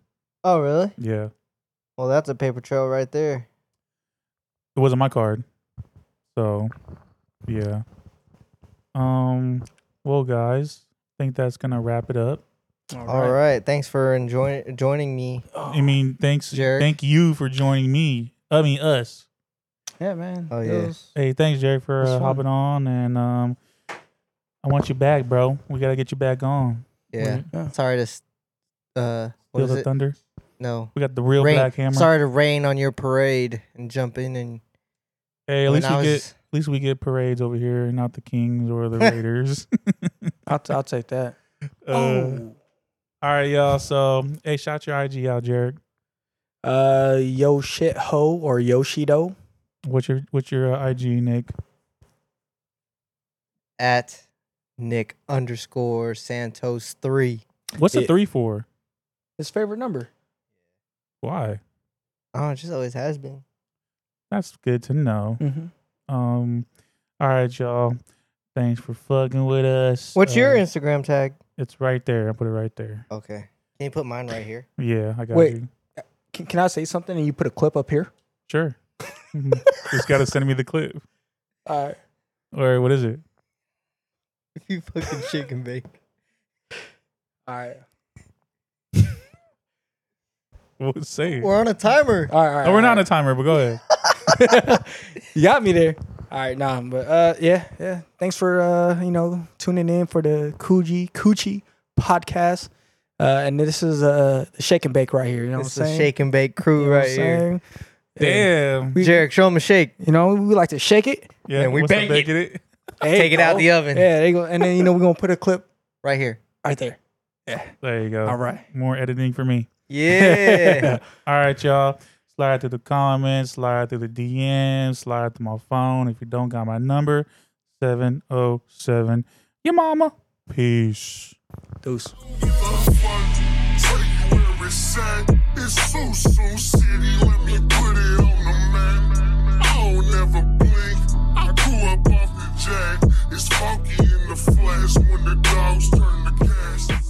[SPEAKER 4] Oh really?
[SPEAKER 2] Yeah,
[SPEAKER 4] Well, that's a paper trail right there.
[SPEAKER 2] it wasn't my card. So, yeah. Um. Well, guys, I think that's gonna wrap it up.
[SPEAKER 4] All right. Thanks for enjoying joining me.
[SPEAKER 3] Oh,
[SPEAKER 2] I mean, thanks,
[SPEAKER 4] Jarek.
[SPEAKER 2] thank you for joining me. I mean, us.
[SPEAKER 3] Yeah, man.
[SPEAKER 4] Oh
[SPEAKER 3] It
[SPEAKER 4] yeah.
[SPEAKER 3] was-
[SPEAKER 2] Hey, thanks, Jerry, for
[SPEAKER 3] It's
[SPEAKER 2] uh,
[SPEAKER 3] fun.
[SPEAKER 2] hopping on, and um, I want you back, bro. We gotta get you back on.
[SPEAKER 4] Yeah.
[SPEAKER 3] Yeah.
[SPEAKER 4] Sorry to. s- Uh, what
[SPEAKER 2] Feel
[SPEAKER 4] is
[SPEAKER 2] the
[SPEAKER 4] it?
[SPEAKER 2] thunder.
[SPEAKER 4] No.
[SPEAKER 2] We got the real
[SPEAKER 4] Rain.
[SPEAKER 2] black hammer.
[SPEAKER 4] Sorry to rain on your parade and jump in and.
[SPEAKER 2] Hey, at
[SPEAKER 4] when
[SPEAKER 2] least we
[SPEAKER 4] I
[SPEAKER 2] get
[SPEAKER 4] was-
[SPEAKER 2] at least we get parades over here, not the Kings or the Raiders.
[SPEAKER 3] I'll, t- I'll take that. Oh.
[SPEAKER 2] Uh,
[SPEAKER 4] Oh.
[SPEAKER 2] All right, y'all. So, hey, shout your IG out, Jared.
[SPEAKER 3] oh. Uh, yo shit ho or Yoshido.
[SPEAKER 2] What's your what's your uh, IG, Nick?
[SPEAKER 4] at Nick underscore Santos three.
[SPEAKER 2] What's the
[SPEAKER 3] It-
[SPEAKER 2] three for?
[SPEAKER 3] His favorite number.
[SPEAKER 2] Why?
[SPEAKER 4] Oh, it just always has been.
[SPEAKER 2] That's good to know.
[SPEAKER 3] Mm-hmm.
[SPEAKER 2] Um, all right, y'all. Thanks for fucking with us.
[SPEAKER 4] What's
[SPEAKER 2] Uh,
[SPEAKER 4] your Instagram tag?
[SPEAKER 2] It's right there. I put it right there.
[SPEAKER 4] Okay. Can you put mine right here?
[SPEAKER 2] Yeah, I got
[SPEAKER 3] Wait.
[SPEAKER 2] you.
[SPEAKER 3] Can, can I say something and you put a clip up here?
[SPEAKER 2] Sure. Mm-hmm. Just gotta send me the clip.
[SPEAKER 3] All right.
[SPEAKER 2] Or what is it?
[SPEAKER 4] If you fucking chicken bake.
[SPEAKER 3] All right.
[SPEAKER 2] What say? it.
[SPEAKER 4] We're on a timer.
[SPEAKER 3] All right. All right
[SPEAKER 2] Oh, we're not on a timer, but go ahead.
[SPEAKER 3] you got me there. All right, nah, but uh, yeah, yeah. Thanks for uh, you know, tuning in for the Coochie Coochie podcast. Uh, and this is uh, the shake and bake right here. You know
[SPEAKER 4] This
[SPEAKER 3] what
[SPEAKER 4] is
[SPEAKER 3] I'm
[SPEAKER 4] a
[SPEAKER 3] saying?
[SPEAKER 4] shake and bake crew
[SPEAKER 3] You know what
[SPEAKER 4] right
[SPEAKER 3] I'm
[SPEAKER 4] here.
[SPEAKER 3] saying?
[SPEAKER 2] Damn.
[SPEAKER 3] We-
[SPEAKER 4] Jarek, show them a shake.
[SPEAKER 3] You know, we like to shake it.
[SPEAKER 2] Yeah,
[SPEAKER 4] And we
[SPEAKER 2] what's up,
[SPEAKER 4] bake
[SPEAKER 2] baking it.
[SPEAKER 3] There
[SPEAKER 4] Take
[SPEAKER 3] you
[SPEAKER 4] it out
[SPEAKER 3] go.
[SPEAKER 4] the oven.
[SPEAKER 3] Yeah, there you go. And then you know we're gonna put a clip
[SPEAKER 4] Right here.
[SPEAKER 3] right there.
[SPEAKER 2] There you
[SPEAKER 4] Oh.
[SPEAKER 2] go.
[SPEAKER 3] All right.
[SPEAKER 2] More editing for me.
[SPEAKER 4] Yeah.
[SPEAKER 2] All right, y'all. Slide through the comments, slide through the DMs, slide through my phone. If you don't got my number, 707. Your mama. Peace.
[SPEAKER 3] Deuce.
[SPEAKER 1] Take where it's at. It's Susu City. Let me put it on the map. I don't ever blink. I grew up off the jack. It's funky in the flesh when the dogs turn to cash.